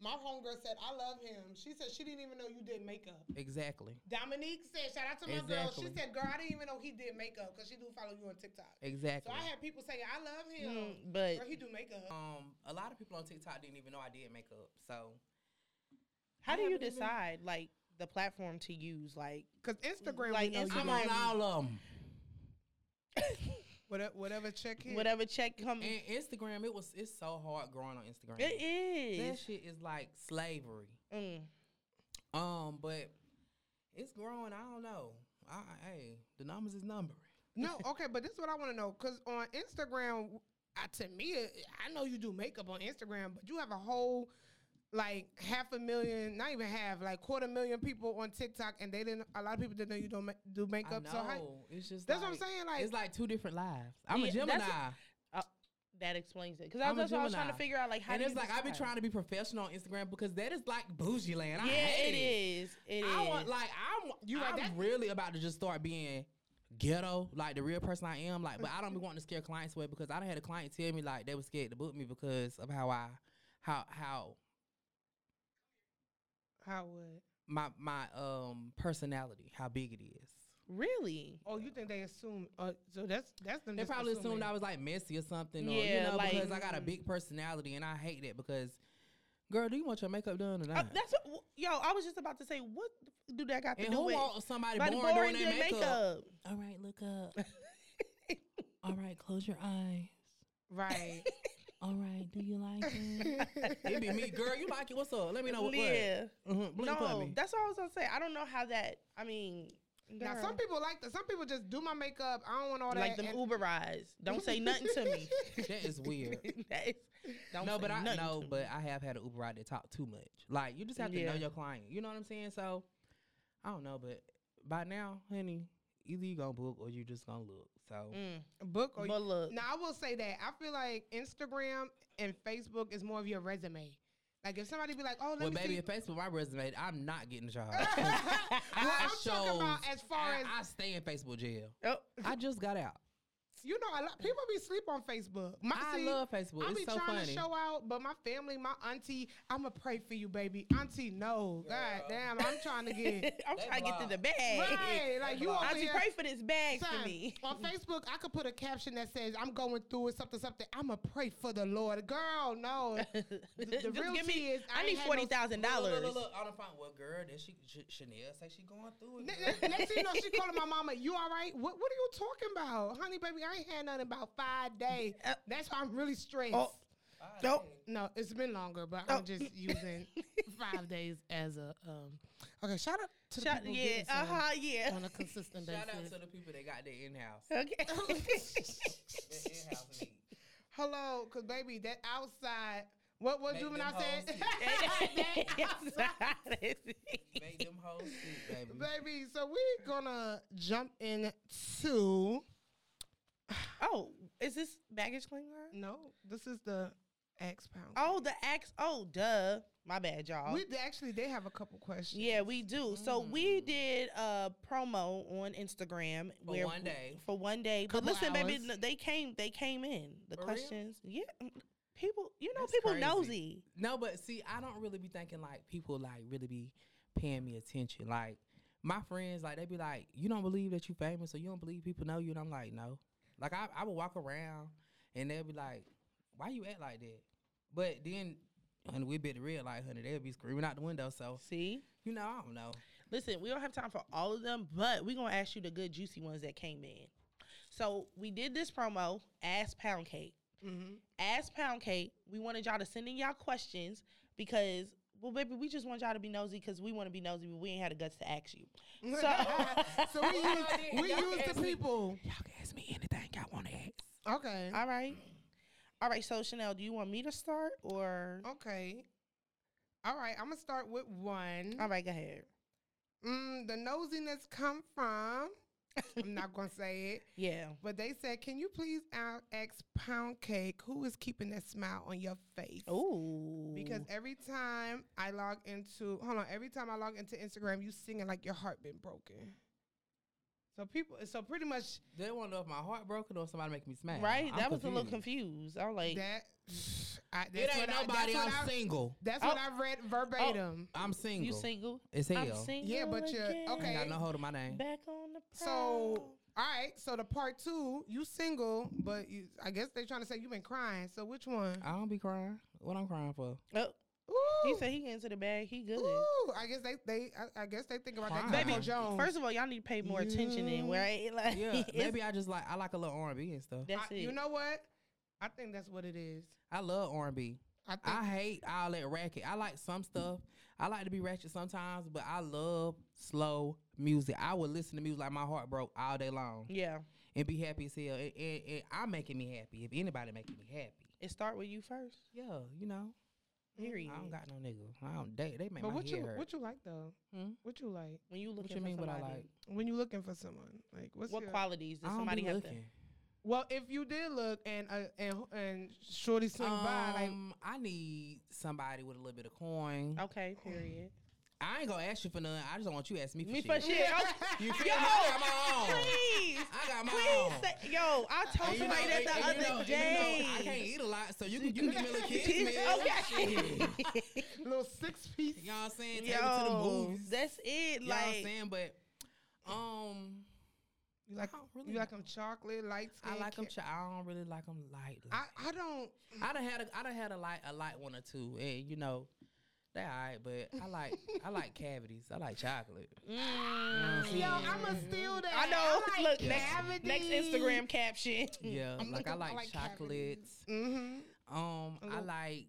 Speaker 2: My homegirl said I love him. She said she didn't even know you did makeup.
Speaker 4: Exactly.
Speaker 2: Dominique said, shout out to my girl. She
Speaker 4: Exactly.
Speaker 2: said, girl, I didn't even know he did makeup because she do follow you on TikTok. So
Speaker 4: Exactly.
Speaker 2: I had people saying, I love him.
Speaker 3: Mm, but
Speaker 2: Girl, he do makeup.
Speaker 4: um, a lot of people on TikTok didn't even know I did makeup. So
Speaker 3: how
Speaker 4: I
Speaker 3: do you
Speaker 4: haven't even-
Speaker 3: decide like the platform to use? Like
Speaker 2: Because Instagram,
Speaker 3: Like
Speaker 2: we know you
Speaker 3: Instagram.
Speaker 4: I'm
Speaker 2: do
Speaker 4: on
Speaker 2: every-
Speaker 4: all of them.
Speaker 2: Whatever, whatever check here.
Speaker 3: whatever check comes.
Speaker 4: And Instagram, it was it's so hard growing on
Speaker 3: It
Speaker 4: Instagram. That
Speaker 3: is.
Speaker 4: shit is like slavery.
Speaker 3: Mm.
Speaker 4: Um, but it's growing. I don't know. I, I- hey, the numbers is numbering.
Speaker 2: No, okay, but this is what I want to know. Because on Instagram, I, to me, I know you do makeup on Instagram, but you have a whole like half a million, not even half, like quarter million people on TikTok, and they didn't. A lot of people didn't know you don't ma- do
Speaker 4: I
Speaker 2: makeup.
Speaker 4: know.
Speaker 2: So how,
Speaker 4: it's just
Speaker 2: that's what I'm
Speaker 4: like-
Speaker 2: saying. Like,
Speaker 4: it's like two different lives. I'm a
Speaker 3: Yeah, that's
Speaker 4: Gemini.
Speaker 3: That explains it. Because that's
Speaker 4: I'm
Speaker 3: what I
Speaker 4: a
Speaker 3: was trying
Speaker 4: Gemini.
Speaker 3: to figure out. Like, how
Speaker 4: and
Speaker 3: do
Speaker 4: it's
Speaker 3: you
Speaker 4: like I've been
Speaker 3: decide?
Speaker 4: trying to be professional on Instagram because that is like bougie land. I
Speaker 3: Yeah,
Speaker 4: hate
Speaker 3: it is. It is.
Speaker 4: I want like I'm.
Speaker 2: You right,
Speaker 4: I'm
Speaker 2: that-
Speaker 4: really about to just start being ghetto, like the real person I am. Like, but I don't be wanting to scare clients away because I done had a client tell me like they was scared to book me because of how I, how how
Speaker 2: how would?
Speaker 4: my my um personality, how big it is.
Speaker 3: really.
Speaker 2: Oh, you think they assume? Uh, so that's that's them.
Speaker 4: They
Speaker 2: just
Speaker 4: probably assumed
Speaker 2: assuming.
Speaker 4: I was like messy or something, or
Speaker 3: Yeah,
Speaker 4: you know,
Speaker 3: like-
Speaker 4: because I got a big personality, and I hate that because, girl, do you want your makeup done or
Speaker 3: Uh,
Speaker 4: not?
Speaker 3: that's what, w- yo. I was just about to say, what the f- do that got to
Speaker 4: and
Speaker 3: do
Speaker 4: who
Speaker 3: with
Speaker 4: wants somebody
Speaker 3: Like,
Speaker 4: born doing
Speaker 3: boring
Speaker 4: their
Speaker 3: your
Speaker 4: makeup?
Speaker 3: makeup?
Speaker 4: All right, look up. All right, close your eyes.
Speaker 2: right.
Speaker 4: All right, do you like it? it be me, girl. You like it? What's up? Let me know what. what.
Speaker 3: Yeah.
Speaker 4: Mhm, blink for
Speaker 3: No,
Speaker 4: me.
Speaker 3: that's what I was gonna say. I don't know how that. I mean,
Speaker 2: now
Speaker 3: girl.
Speaker 2: some people like that. Some people just do my makeup. I don't want all that.
Speaker 3: like them
Speaker 2: and-
Speaker 3: Uber rides. Don't say nothing to me.
Speaker 4: that is weird.
Speaker 3: that is, don't
Speaker 4: no,
Speaker 3: say
Speaker 4: but I
Speaker 3: nothing
Speaker 4: no,
Speaker 3: to me.
Speaker 4: but I have had an Uber ride that talk too much. Like you just have to know
Speaker 3: Yeah.
Speaker 4: your client. You know what I'm saying? So I don't know, but by now, honey, either you gonna book or you just gonna look. So
Speaker 3: Mm.
Speaker 2: book oh, or
Speaker 3: But look,
Speaker 2: Now I will say that I feel like Instagram and Facebook is more of your resume. Like if somebody be like, "Oh, let
Speaker 4: well,
Speaker 2: me
Speaker 4: baby,
Speaker 2: see,"
Speaker 4: if Facebook my resume, I'm not getting a job.
Speaker 2: Well,
Speaker 4: I
Speaker 2: I'm talking about
Speaker 4: shows-
Speaker 2: as far
Speaker 4: I,
Speaker 2: as-
Speaker 4: I stay in Facebook jail.
Speaker 3: oh,
Speaker 4: I just got out.
Speaker 2: You know, a lot people be sleep on Facebook. My,
Speaker 4: I
Speaker 2: see,
Speaker 4: love Facebook.
Speaker 2: I
Speaker 4: it's
Speaker 2: be
Speaker 4: so
Speaker 2: trying
Speaker 4: funny.
Speaker 2: to show out, but my family, my auntie, I'ma pray for you, baby. Auntie, no. God
Speaker 4: Girl.
Speaker 2: damn, I'm trying to get
Speaker 3: I'm
Speaker 4: They
Speaker 3: trying to get to the
Speaker 4: blocked.
Speaker 3: bag.
Speaker 2: right. Like you over
Speaker 3: Auntie,
Speaker 2: here.
Speaker 3: pray for this bag
Speaker 2: Son,
Speaker 3: for me.
Speaker 2: on Facebook, I could put a caption that says, "I'm going through it, something, something. I'ma pray for the Lord." Girl, no. The, the
Speaker 3: Just
Speaker 2: real
Speaker 3: give
Speaker 2: tea
Speaker 3: me.
Speaker 2: is,
Speaker 3: I
Speaker 2: ain't
Speaker 3: need
Speaker 2: had no-
Speaker 3: forty thousand
Speaker 4: Look,
Speaker 3: dollars.
Speaker 4: look, look, look, on the phone. Well, girl, that she, Ch- Chanel say she going through
Speaker 2: Ne-
Speaker 4: it.
Speaker 2: ne- Next thing you know, she calling my mama. You all right? What What are you talking about, honey, baby? I ain't had nothing about five days.
Speaker 3: Uh,
Speaker 2: That's why I'm really stressed.
Speaker 3: oh. Nope.
Speaker 2: No, it's been longer, but
Speaker 3: Oh.
Speaker 2: I'm just using five days as a um. Okay, shout out to the
Speaker 3: Shut-
Speaker 2: people
Speaker 3: yeah.
Speaker 2: getting
Speaker 3: Uh
Speaker 2: some
Speaker 3: huh. Yeah.
Speaker 2: on a consistent
Speaker 4: Shout out
Speaker 2: basis.
Speaker 4: to the people that got their in house.
Speaker 2: Oh,
Speaker 3: Okay.
Speaker 2: Hello, cause baby, that outside. What what
Speaker 4: Make them
Speaker 2: juvenile said? That outside.
Speaker 4: Made them hoes sick, baby.
Speaker 2: baby, so we're gonna jump into.
Speaker 3: oh, is this baggage claim line?
Speaker 2: No, this is the X pound.
Speaker 3: Oh, the axe. Oh, duh. My bad, y'all.
Speaker 2: We d- actually they have a couple questions.
Speaker 3: yeah, we do. So we did a promo on Instagram
Speaker 4: Mm. For one day.
Speaker 3: For one day. But
Speaker 2: Couple
Speaker 3: listen, baby,
Speaker 2: hours.
Speaker 3: no, they came. They came in. The
Speaker 4: For real?
Speaker 3: questions. Yeah, mm, people. You know,
Speaker 4: That's
Speaker 3: people
Speaker 4: crazy.
Speaker 3: nosy.
Speaker 4: No, but see, I don't really be thinking like people like really be paying me attention. Like my friends, like they be like, "You don't believe that you famous, or you don't believe people know you," and I'm like, "No." Like I, I would walk around, and they'll be like, "Why you act like that?" But then, and we be the real like, honey, they'll be screaming out the window. So
Speaker 3: See,
Speaker 4: you know, I don't know.
Speaker 3: Listen, we don't have time for all of them, but we're gonna ask you the good juicy ones that came in. So we did this promo, ask pound cake.
Speaker 2: Mm-hmm.
Speaker 3: Ask pound cake. We wanted y'all to send in y'all questions because well, baby, we just want y'all to be nosy because we want to be nosy, but we ain't had the guts to ask you. So-
Speaker 2: So, we use, we
Speaker 4: Y'all
Speaker 2: use
Speaker 4: ask
Speaker 2: the
Speaker 4: me.
Speaker 2: people.
Speaker 4: Y'all can ask me anything y'all want to ask.
Speaker 2: Okay.
Speaker 3: All right. All right, so Chanel, do you want me to start or
Speaker 2: Okay. All right. I'm gonna start with one.
Speaker 3: all right, go ahead.
Speaker 2: Mm, the nosiness come from. I'm not gonna say it,
Speaker 3: Yeah.
Speaker 2: but they said, "Can you please a- ask Pound Cake who is keeping that smile on your face?"
Speaker 3: Ooh.
Speaker 2: Because every time I log into, hold on, every time I log into Instagram, you singing like your heart been broken. So people, so pretty much
Speaker 4: They want to know if my heart broken or somebody making me smash.
Speaker 3: right? that was a little confused. I was like
Speaker 2: that. I, that's
Speaker 4: It
Speaker 2: what
Speaker 4: ain't
Speaker 2: I-
Speaker 4: nobody.
Speaker 2: that's
Speaker 4: I'm
Speaker 2: what I-
Speaker 4: single.
Speaker 2: That's
Speaker 3: Oh.
Speaker 2: what I read verbatim.
Speaker 4: I'm single.
Speaker 3: you single?
Speaker 4: It's hell.
Speaker 3: I'm single.
Speaker 2: Yeah, but you're-
Speaker 3: again.
Speaker 2: okay.
Speaker 4: Ain't got no hold of my name.
Speaker 3: Back on the
Speaker 2: So,
Speaker 3: prowl.
Speaker 2: all right. So the part two, you single, but you, I guess they're trying to say you've been crying. So which one?
Speaker 4: I don't be crying. What I'm crying for?
Speaker 3: Oh,
Speaker 2: Ooh,
Speaker 3: he said he get into the bag. He good.
Speaker 2: ooh. I guess they, they, I, I guess they think about that.
Speaker 4: Crying.
Speaker 2: Baby
Speaker 4: Baby,
Speaker 2: Jones.
Speaker 3: First of all, y'all need to pay more attention in
Speaker 2: You-
Speaker 3: right. Like,
Speaker 4: Yeah,
Speaker 3: it's-
Speaker 4: maybe I just like I like a little R and B and stuff.
Speaker 2: I,
Speaker 3: that's it.
Speaker 2: you know what? I think that's what it is.
Speaker 4: I love R and B.
Speaker 2: I think.
Speaker 4: I hate all that racket. I like some stuff. I like to be ratchet sometimes, but I love slow music. I would listen to music like my heart broke all day long
Speaker 3: yeah.
Speaker 4: and be happy as hell. And, and, and I'm making me happy. If anybody making me happy,
Speaker 3: It start with you first.
Speaker 4: yeah, you know, I
Speaker 3: Period.
Speaker 4: don't got no nigga. I don't. They, they make
Speaker 2: but
Speaker 4: my
Speaker 2: what
Speaker 4: head
Speaker 2: you,
Speaker 4: hurt.
Speaker 2: what you like though?
Speaker 4: Hmm?
Speaker 2: What you like
Speaker 3: When you look
Speaker 4: What you mean? What I like?
Speaker 2: when you looking for someone? Like what's
Speaker 3: What
Speaker 2: your-
Speaker 3: qualities does
Speaker 4: I don't
Speaker 3: somebody
Speaker 4: be
Speaker 3: have
Speaker 4: looking.
Speaker 2: Well, if you did look and uh, and and Shorty swing by, like
Speaker 4: Um, I need somebody with a little bit of coin.
Speaker 3: to? Okay. Period.
Speaker 4: I ain't gonna ask you for none. I just don't want you to ask me for
Speaker 3: Me
Speaker 4: shit.
Speaker 3: for shit. Oh,
Speaker 4: You
Speaker 3: yo,
Speaker 4: feel me? I got my own.
Speaker 3: please,
Speaker 4: I got my
Speaker 3: please.
Speaker 4: own.
Speaker 3: Say, yo, I told
Speaker 4: And you
Speaker 3: somebody
Speaker 4: know-
Speaker 3: that
Speaker 4: and-
Speaker 3: the
Speaker 4: and you
Speaker 3: other
Speaker 4: know- and you know
Speaker 3: day.
Speaker 4: I can't eat a lot, so you can, you can give me a little kiss, man.
Speaker 3: okay.
Speaker 4: Shit.
Speaker 2: little six piece.
Speaker 4: You know what I'm saying? Take me to the
Speaker 3: yo,
Speaker 4: movies.
Speaker 3: that's it.
Speaker 4: you know what I'm
Speaker 3: Like,
Speaker 4: saying? But um,
Speaker 2: You like
Speaker 4: I don't really
Speaker 2: you like
Speaker 4: know.
Speaker 2: them chocolate light skin.
Speaker 4: I like them. Ch- I don't really like them light.
Speaker 2: I
Speaker 4: light.
Speaker 2: I don't.
Speaker 4: I, done had a I done had a light a light one or two, and you know. They all right, but I like I like cavities. I like chocolate.
Speaker 3: mm.
Speaker 2: Yo, I'ma steal that.
Speaker 3: I know.
Speaker 2: I
Speaker 3: Look, next, next
Speaker 2: cavities.
Speaker 3: Instagram caption.
Speaker 4: Yeah,
Speaker 2: I'm
Speaker 4: like I
Speaker 2: looking- I
Speaker 4: like,
Speaker 2: like
Speaker 4: chocolates.
Speaker 2: Mm-hmm.
Speaker 4: Um,
Speaker 2: A
Speaker 4: I
Speaker 2: little-
Speaker 4: like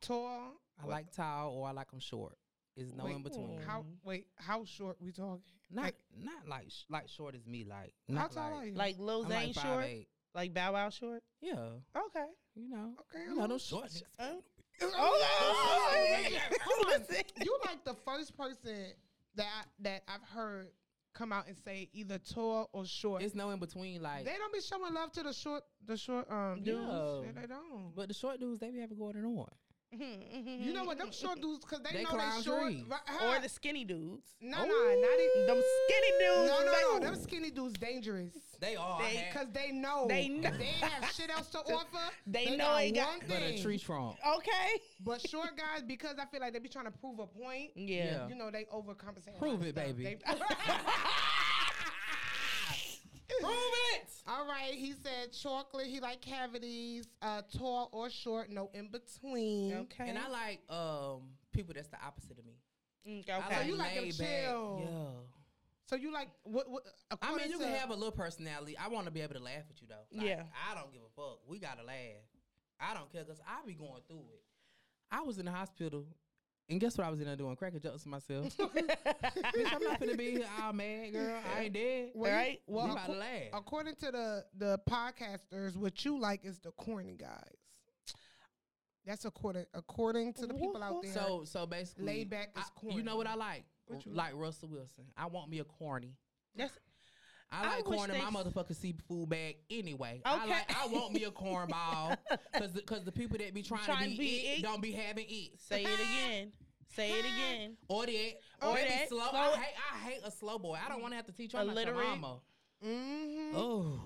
Speaker 2: Tall.
Speaker 4: I like tall or I like them short. It's no
Speaker 2: Wait,
Speaker 4: in between.
Speaker 2: How wait? How short we talking?
Speaker 4: Not
Speaker 2: like-
Speaker 4: not like sh- like short as me. Like
Speaker 2: How
Speaker 4: not
Speaker 2: tall
Speaker 4: like,
Speaker 2: are you?
Speaker 3: Like Lil
Speaker 4: I'm
Speaker 3: Zane
Speaker 4: like
Speaker 3: short,
Speaker 4: 5'8".
Speaker 3: like Bow Wow short.
Speaker 4: Yeah,
Speaker 3: Okay.
Speaker 4: you know.
Speaker 2: Okay,
Speaker 4: you know
Speaker 2: I'm-
Speaker 4: those short. niggas.
Speaker 3: Oh,
Speaker 2: Hold on.
Speaker 3: Listen.
Speaker 2: you like the first person that I, that I've heard come out and say either tall or short.
Speaker 4: It's no in between. Like,
Speaker 2: they don't be showing love to the short the short um dudes.
Speaker 4: Yeah.
Speaker 2: Yeah, they don't.
Speaker 4: but the short dudes they be having going on.
Speaker 2: you know what? Them short dudes because they,
Speaker 4: They
Speaker 2: know they
Speaker 4: climb
Speaker 2: short.
Speaker 4: trees.
Speaker 2: Right,
Speaker 3: Or the skinny dudes.
Speaker 2: no, no, not it.
Speaker 3: Them skinny dudes.
Speaker 2: No, no, no.
Speaker 3: baby.
Speaker 2: Them skinny dudes dangerous.
Speaker 4: They are.
Speaker 3: They-
Speaker 4: They,
Speaker 2: Cause they know
Speaker 3: They know.
Speaker 2: they ain't have shit else to offer.
Speaker 3: They know they got-
Speaker 2: one
Speaker 4: but
Speaker 2: thing.
Speaker 4: a tree trunk.
Speaker 3: Okay.
Speaker 2: But sure, guys, because I feel like they be trying to prove a point.
Speaker 3: Yeah.
Speaker 2: You know, they overcompensate. a
Speaker 4: Prove
Speaker 2: lot of
Speaker 4: it,
Speaker 2: stuff.
Speaker 4: baby.
Speaker 2: They-
Speaker 4: Prove it.
Speaker 2: All right, he said chocolate. He like cavities, uh, tall or short, no in between.
Speaker 3: Okay.
Speaker 4: And I like um people that's the opposite of me.
Speaker 3: Mm,
Speaker 4: I
Speaker 3: okay.
Speaker 2: So you like them
Speaker 4: laid back.
Speaker 2: chill.
Speaker 4: Yeah.
Speaker 2: So you like what? what
Speaker 4: I
Speaker 2: according
Speaker 4: mean, you
Speaker 2: to,
Speaker 4: can have a little personality. I want to be able to laugh with you though. Like,
Speaker 3: Yeah.
Speaker 4: I don't give a fuck. We gotta laugh. I don't care because I be going through it. I was in the hospital, and guess what? I was in there doing cracking jokes to myself. Bitch, I'm not gonna be here all mad, girl. I ain't dead.
Speaker 2: Well, you-
Speaker 3: right?
Speaker 2: well,
Speaker 4: we about to
Speaker 2: acco-
Speaker 4: laugh.
Speaker 2: according to the the podcasters, what you like is the corny guys. That's according according to the people out there.
Speaker 4: So, so basically,
Speaker 2: Laid back is
Speaker 4: I- You know what I like?
Speaker 2: What you
Speaker 4: like Russell Wilson. I want me a corny.
Speaker 3: That's
Speaker 4: I
Speaker 3: I
Speaker 4: like
Speaker 3: wish
Speaker 4: corn in
Speaker 3: they
Speaker 4: my
Speaker 3: s-
Speaker 4: motherfucking seafood bag anyway. I
Speaker 3: Okay.
Speaker 4: like I want me a cornball because the, 'cause the people that be trying, to be, it, don't be having it.
Speaker 3: say it again. Say it again.
Speaker 4: Or that.
Speaker 3: Or
Speaker 4: Or that.
Speaker 3: that.
Speaker 4: Be slow.
Speaker 3: Slow-
Speaker 4: I, hate, I hate a slow boy. I don't want to have to teach her like your
Speaker 3: Illiterate.
Speaker 4: mama.
Speaker 2: mm-hmm.
Speaker 4: Oh.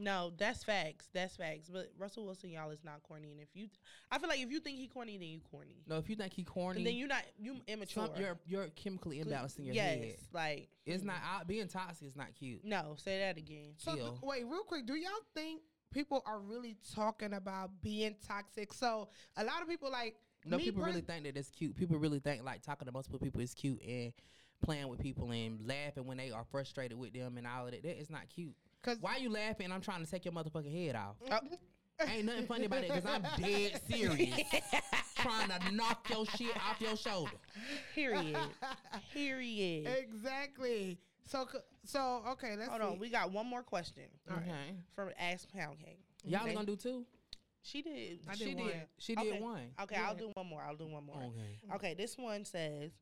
Speaker 3: No, that's facts. That's facts. But Russell Wilson, y'all, is not corny. And if you, I feel like if you think he corny, then you corny.
Speaker 4: No, if you think he corny,
Speaker 3: And then you not you immature.
Speaker 4: some- you're you're chemically imbalanced in your
Speaker 3: yes,
Speaker 4: head.
Speaker 3: like
Speaker 4: It's not I, being toxic is not cute.
Speaker 3: no. Say that again.
Speaker 2: So th-
Speaker 4: Chill.
Speaker 2: wait, real quick, do y'all think people are really talking about being toxic? So a lot of people like
Speaker 4: No,
Speaker 2: me
Speaker 4: people
Speaker 2: pers-
Speaker 4: really think that it's cute. People really think like talking to multiple people is cute and playing with people and laughing when they are frustrated with them and all of that. That is not cute.
Speaker 2: 'Cause-
Speaker 4: Why you laughing? I'm trying to take your motherfucking head off.
Speaker 3: Oh,
Speaker 4: Ain't nothing funny about it because I'm dead serious. trying to knock your shit off your shoulder.
Speaker 3: period. period.
Speaker 2: exactly. So c- so okay, let's
Speaker 3: Hold
Speaker 2: see.
Speaker 3: on, we got one more question
Speaker 4: Okay.
Speaker 3: from Ask Pound Cake.
Speaker 4: Y'all
Speaker 3: Okay.
Speaker 4: gonna do two?
Speaker 3: She did.
Speaker 2: I did
Speaker 4: she
Speaker 2: one.
Speaker 4: did. She did
Speaker 3: Okay.
Speaker 4: one. Oh,
Speaker 3: Okay, I'll do one more. I'll do one more.
Speaker 4: Okay.
Speaker 3: Okay, this one says,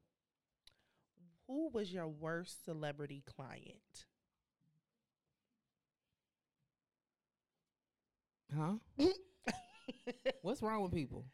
Speaker 3: "Who was your worst celebrity client?"
Speaker 4: Huh? What's wrong with people?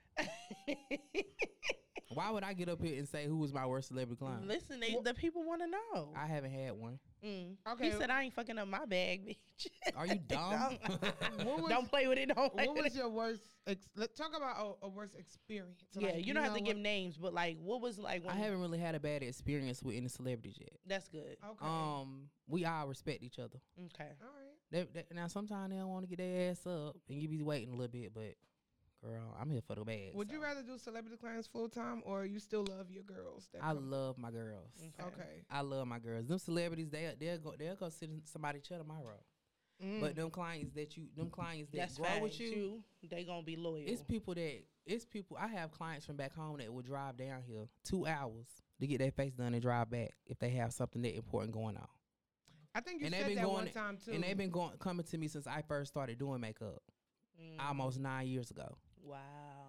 Speaker 4: Why would I get up here and say who was my worst celebrity client?
Speaker 3: Listen, they, the people want to know.
Speaker 4: I haven't had one.
Speaker 3: Mm.
Speaker 2: Okay.
Speaker 3: He said, "I ain't fucking up my bag, bitch.
Speaker 4: Are you dumb?
Speaker 3: Don't-
Speaker 2: What was-
Speaker 3: don't play with it. Don't play
Speaker 2: what
Speaker 3: with
Speaker 2: was
Speaker 3: it.
Speaker 2: your worst? Ex- let talk about a, a worst experience.
Speaker 3: yeah,
Speaker 2: Like,
Speaker 3: you don't have
Speaker 2: know
Speaker 3: to give
Speaker 2: what-
Speaker 3: names, but like, what was like?
Speaker 4: I
Speaker 3: When
Speaker 4: haven't really had a bad experience with any celebrities yet.
Speaker 3: That's good.
Speaker 2: Okay.
Speaker 4: Um, we all respect each other.
Speaker 3: Okay.
Speaker 2: All right.
Speaker 4: They, they, now sometimes they don't want to get their ass up and you be waiting a little bit, but girl, I'm here for the bad.
Speaker 2: Would
Speaker 4: so.
Speaker 2: you rather do celebrity clients full time or you still love your girls? That
Speaker 4: I
Speaker 2: come-
Speaker 4: love my girls.
Speaker 3: Okay.
Speaker 2: Okay.
Speaker 4: I love my girls. Them celebrities, they they'll go they'll go sit in somebody chair tomorrow.
Speaker 2: Mm.
Speaker 4: But them clients that you them clients that
Speaker 3: That's
Speaker 4: grow
Speaker 3: fine
Speaker 4: with you,
Speaker 3: They gonna be loyal.
Speaker 4: it's people that it's people. I have clients from back home that will drive down here two hours to get their face done and drive back if they have something that important going on.
Speaker 2: I think you
Speaker 4: and they've
Speaker 2: said
Speaker 4: been
Speaker 2: that
Speaker 4: going
Speaker 2: one time too.
Speaker 4: And they've been going coming to me since I first started doing makeup
Speaker 3: Mm.
Speaker 4: almost nine years ago.
Speaker 3: wow.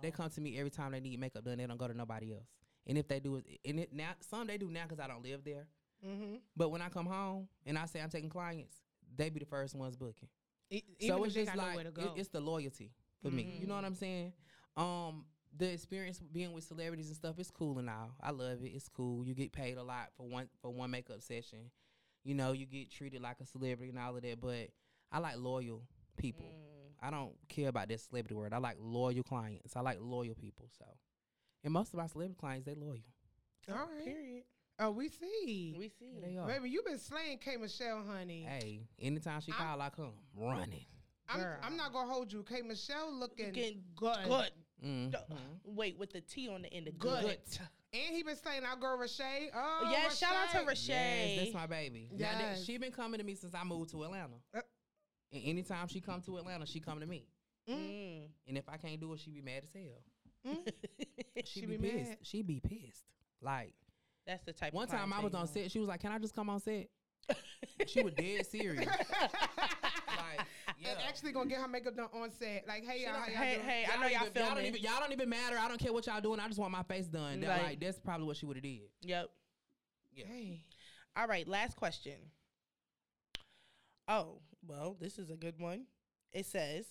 Speaker 4: They come to me every time they need makeup done. They don't go to nobody else. And if they do, it, and it now some they do now because I don't live there.
Speaker 2: mm-hmm.
Speaker 4: But when I come home and I say I'm taking clients, they be the first ones booking. E-,
Speaker 2: E-,
Speaker 4: so it's just like it- it's the loyalty for me. You know what I'm saying? Um, the experience with being with celebrities and stuff is cool and all. I love it. It's cool. You get paid a lot for one for one makeup session. You know, you get treated like a celebrity and all of that. But I like loyal people. I don't care about that celebrity word. I like loyal clients. I like loyal people. So, and most of my celebrity clients they loyal.
Speaker 2: all right.
Speaker 3: Period.
Speaker 2: Oh, we see.
Speaker 3: Mm. We see.
Speaker 4: They are.
Speaker 2: Baby, you been slaying K Michelle, honey.
Speaker 4: Hey, anytime she call, I come running.
Speaker 2: I'm, I'm
Speaker 3: girl.
Speaker 2: not gonna hold you. K Michelle looking,
Speaker 3: Looking
Speaker 2: good.
Speaker 3: Good.
Speaker 4: Mm.
Speaker 3: Wait, with the T on the end of
Speaker 2: Good.
Speaker 3: good.
Speaker 2: And he been slaying our girl Rashay. Oh,
Speaker 3: yeah, shout out to
Speaker 2: Rashay.
Speaker 3: Rashay.
Speaker 4: Yes, that's my baby. Now that-
Speaker 2: Yes.
Speaker 4: she been coming to me since I moved to Atlanta.
Speaker 2: Uh.
Speaker 4: and anytime she come to Atlanta, she come to me.
Speaker 3: Mm.
Speaker 4: And if I can't do it, she be mad as hell. She,
Speaker 2: She
Speaker 4: be,
Speaker 2: be
Speaker 4: pissed.
Speaker 2: mad.
Speaker 4: She be pissed. Like
Speaker 3: That's the type.
Speaker 4: one
Speaker 3: of
Speaker 4: time I
Speaker 3: clientele
Speaker 4: was
Speaker 3: you
Speaker 4: on
Speaker 3: want.
Speaker 4: set, she was like, "Can I just come on set?" she was dead serious. like, yeah.
Speaker 2: And actually gonna get her makeup done on set. Like, hey
Speaker 4: She
Speaker 2: y'all,
Speaker 4: like,
Speaker 2: how y'all
Speaker 3: Hey,
Speaker 2: doing?
Speaker 3: hey, I know y'all
Speaker 4: even, y'all don't
Speaker 3: filming.
Speaker 4: even y'all don't even matter. I don't care what y'all doing. I just want my face done. That,
Speaker 3: Right.
Speaker 4: like that's probably what she would have did.
Speaker 3: Yep.
Speaker 4: Yeah.
Speaker 2: Hey.
Speaker 3: All right, last question. Oh, well, this is a good one. It says,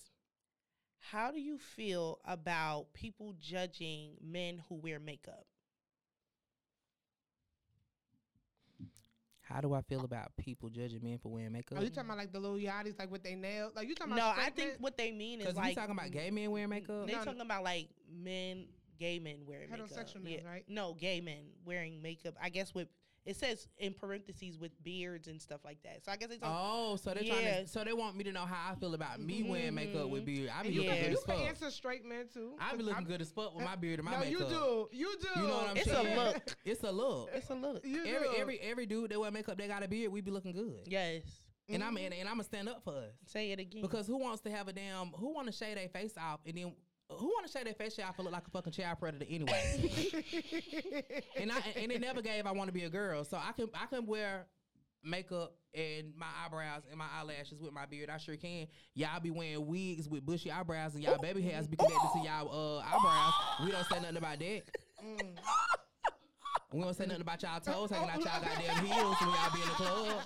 Speaker 3: How do you feel about people judging men who wear makeup?
Speaker 4: How do I feel about people judging men for wearing makeup?
Speaker 2: Are Oh, you talking about like the little yachties, like with they nails? Like you talking
Speaker 3: no,
Speaker 2: about?
Speaker 3: I
Speaker 2: straight
Speaker 3: think
Speaker 2: men?
Speaker 3: what they mean is
Speaker 4: Because
Speaker 3: like
Speaker 4: we talking about gay men wearing makeup.
Speaker 3: They
Speaker 2: No, no.
Speaker 3: talking about like men, gay men wearing
Speaker 2: Heterosexual
Speaker 3: makeup.
Speaker 2: men, right?
Speaker 3: No, gay men wearing makeup. I guess with it says in parentheses with beards and stuff like that. So I guess they talking.
Speaker 4: Oh, so they're trying
Speaker 3: Yeah.
Speaker 4: to, so they want me to know how I feel about me wearing makeup with
Speaker 3: Mhm.
Speaker 4: beard. I be
Speaker 2: And you,
Speaker 4: looking
Speaker 3: Yeah.
Speaker 2: can,
Speaker 4: good
Speaker 2: you
Speaker 4: as
Speaker 2: can
Speaker 4: fuck.
Speaker 2: answer straight men too.
Speaker 4: I be
Speaker 2: 'cause
Speaker 4: looking
Speaker 2: I'm-
Speaker 4: good as fuck with my beard and my
Speaker 2: no,
Speaker 4: makeup.
Speaker 2: you do. You do.
Speaker 4: You know what I'm
Speaker 3: It's a
Speaker 4: saying?
Speaker 3: look.
Speaker 4: It's a look.
Speaker 3: It's a look.
Speaker 2: You
Speaker 4: Every
Speaker 2: do.
Speaker 4: every every dude that wear makeup, they got a beard. We be looking good.
Speaker 3: Yes.
Speaker 4: And
Speaker 2: Mm-hmm.
Speaker 4: I'm and, and I'm gonna stand up for us
Speaker 3: Say it again.
Speaker 4: because who wants to have a damn who want to shave their face off and then who want to shave their face off and look like a fucking child predator anyway. and I and it never gave I want to be a girl. So I can I can wear makeup and my eyebrows and my eyelashes with my beard. I sure can. Y'all be wearing wigs with bushy eyebrows and y'all baby hairs be connected to y'all uh, eyebrows. We don't say nothing about that.
Speaker 2: Mm.
Speaker 4: We don't say nothing about y'all toes hanging out y'all goddamn heels when y'all be in the club.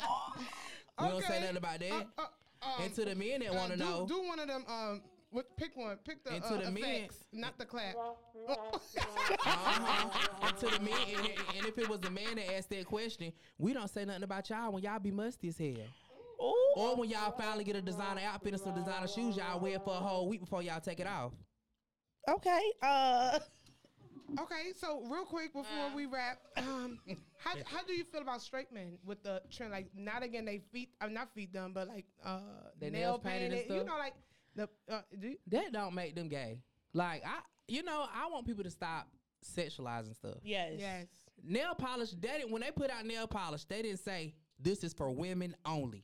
Speaker 4: We don't say
Speaker 2: Okay.
Speaker 4: nothing about that.
Speaker 2: Uh, um,
Speaker 4: and to the men that want
Speaker 2: uh,
Speaker 4: to
Speaker 2: do,
Speaker 4: know,
Speaker 2: Do one of them. Um, what, pick one. Pick the.
Speaker 4: And
Speaker 2: uh,
Speaker 4: to the men-
Speaker 2: effects, not the clap. Oh.
Speaker 4: uh-huh. and to the men, and, and- and if it was the man that asked that question, we don't say nothing about y'all when y'all be musty as hell.
Speaker 3: Ooh.
Speaker 4: Or when y'all finally get a designer outfit and some designer shoes, y'all wear for a whole week before y'all take it off.
Speaker 3: okay. Uh.
Speaker 2: Okay, so real quick before we wrap, um, how how do you feel about straight men with the trend? Like not again, they feet, uh, not feet done, but like uh,
Speaker 4: Their
Speaker 2: nail
Speaker 4: nails painted and
Speaker 2: painted. You
Speaker 4: stuff?
Speaker 2: know, like the uh, do you,
Speaker 4: That don't make them gay. Like I, you know, I want people to stop sexualizing stuff.
Speaker 3: Yes.
Speaker 2: yes.
Speaker 4: Nail polish. They didn't, when they put out nail polish, they didn't say this is for women only.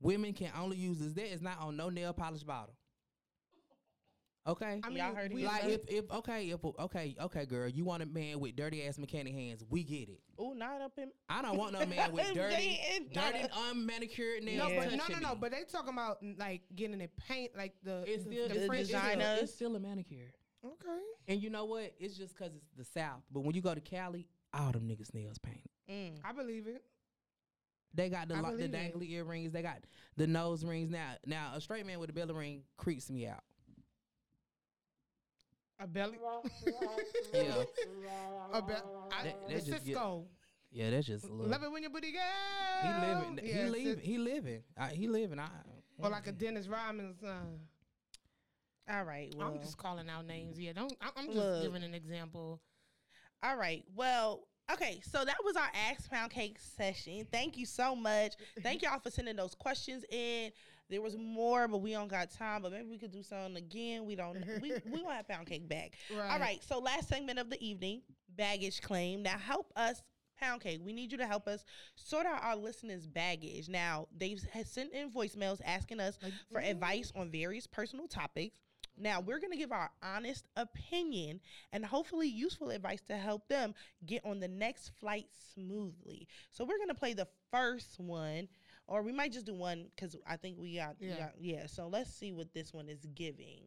Speaker 4: Women can only use this. That is not on no nail polish bottle. Okay.
Speaker 2: I mean,
Speaker 3: Y'all heard it
Speaker 2: we,
Speaker 3: here
Speaker 4: like
Speaker 3: first.
Speaker 4: if if okay if okay okay girl you want a man with dirty ass mechanic hands we get it
Speaker 3: Ooh, not up in.
Speaker 4: I don't want no man with
Speaker 3: They
Speaker 4: dirty
Speaker 3: ain't not
Speaker 4: dirty
Speaker 3: a-
Speaker 4: unmanicured
Speaker 2: no,
Speaker 4: nails
Speaker 2: but
Speaker 4: touching
Speaker 2: no, no, no.
Speaker 4: me.
Speaker 2: But they talking about like getting it paint, like the
Speaker 4: it's
Speaker 2: the-
Speaker 4: still
Speaker 2: the
Speaker 3: the
Speaker 4: it's,
Speaker 2: French-
Speaker 4: it's still-
Speaker 3: designer.
Speaker 4: it's still a manicure
Speaker 2: Okay,
Speaker 4: and you know what it's just cause it's the South but when you go to Cali all them niggas nails painted
Speaker 3: Mm.
Speaker 2: I believe it.
Speaker 4: they got the
Speaker 2: I
Speaker 4: lo- the
Speaker 2: believe it.
Speaker 4: dangly earrings they got the nose rings now now a straight man with a belly ring creeps me out
Speaker 2: A belly,
Speaker 4: yeah
Speaker 2: a belly.
Speaker 4: That- that
Speaker 2: It's
Speaker 4: just get-
Speaker 2: Cisco.
Speaker 4: yeah that's just a little
Speaker 2: Love it when your booty girl.
Speaker 4: he living he
Speaker 2: Yes,
Speaker 4: living
Speaker 2: it's-
Speaker 4: he living I, he living I
Speaker 2: Or like a Dennis Rodman's son.
Speaker 3: All right. Well.
Speaker 2: I'm just calling out names. Yeah, don't. I- I'm just
Speaker 3: Look.
Speaker 2: giving an example.
Speaker 3: All right. Well, okay. So that was our Ask Pound Cake session. Thank you so much. Thank y'all for sending those questions in. There was more, but we don't got time. But maybe we could do something again. We don't. We we gonna have pound cake back. All
Speaker 2: Right.
Speaker 3: right. So last segment of the evening, baggage claim. Now help us. Pound cake, we need you to help us sort out our listeners' baggage. Now, they've has sent in voicemails asking us for
Speaker 2: mm-hmm.
Speaker 3: advice on various personal topics. Now, we're going to give our honest opinion and hopefully useful advice to help them get on the next flight smoothly. So, we're going to play the first one, or we might just do one because I think we got, we
Speaker 2: Yeah.
Speaker 3: got- yeah. So, let's see what this one is giving.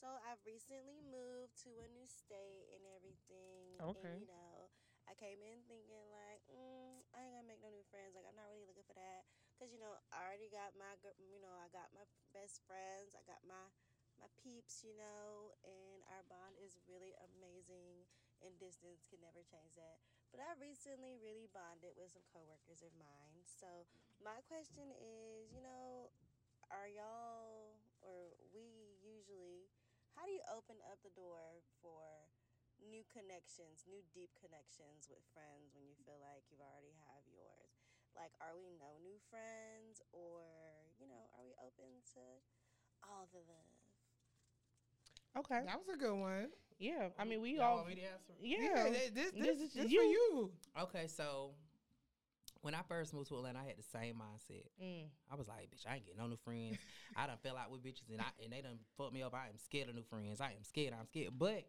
Speaker 5: So I've recently moved to a new state and everything.
Speaker 2: Okay.
Speaker 5: And, you know, I came in thinking like, mm, I ain't gonna make no new friends. Like I'm not really looking for that, cause you know I already got my, gr- you know, I got my best friends. I got my my peeps, you know, and our bond is really amazing. And distance can never change that. But I recently really bonded with some coworkers of mine. So my question is, you know, are y'all or we usually how do you open up the door for new connections new deep connections with friends when you feel like you already have yours like are we no new friends or you know are we open to all the love
Speaker 3: Okay.
Speaker 2: That was a good one.
Speaker 3: Yeah. I mean, we
Speaker 4: Y'all
Speaker 3: all.
Speaker 4: want me to answer?
Speaker 3: Yeah.
Speaker 2: th- this,
Speaker 3: This
Speaker 2: this,
Speaker 3: is
Speaker 2: this, for
Speaker 3: you.
Speaker 2: you.
Speaker 4: Okay, so when I first moved to Atlanta, I had the same mindset.
Speaker 3: Mm.
Speaker 4: I was like, bitch, I ain't getting no new friends. I done fell out with bitches and I and they done fucked me up. I am scared of new friends. I am scared. I'm scared. But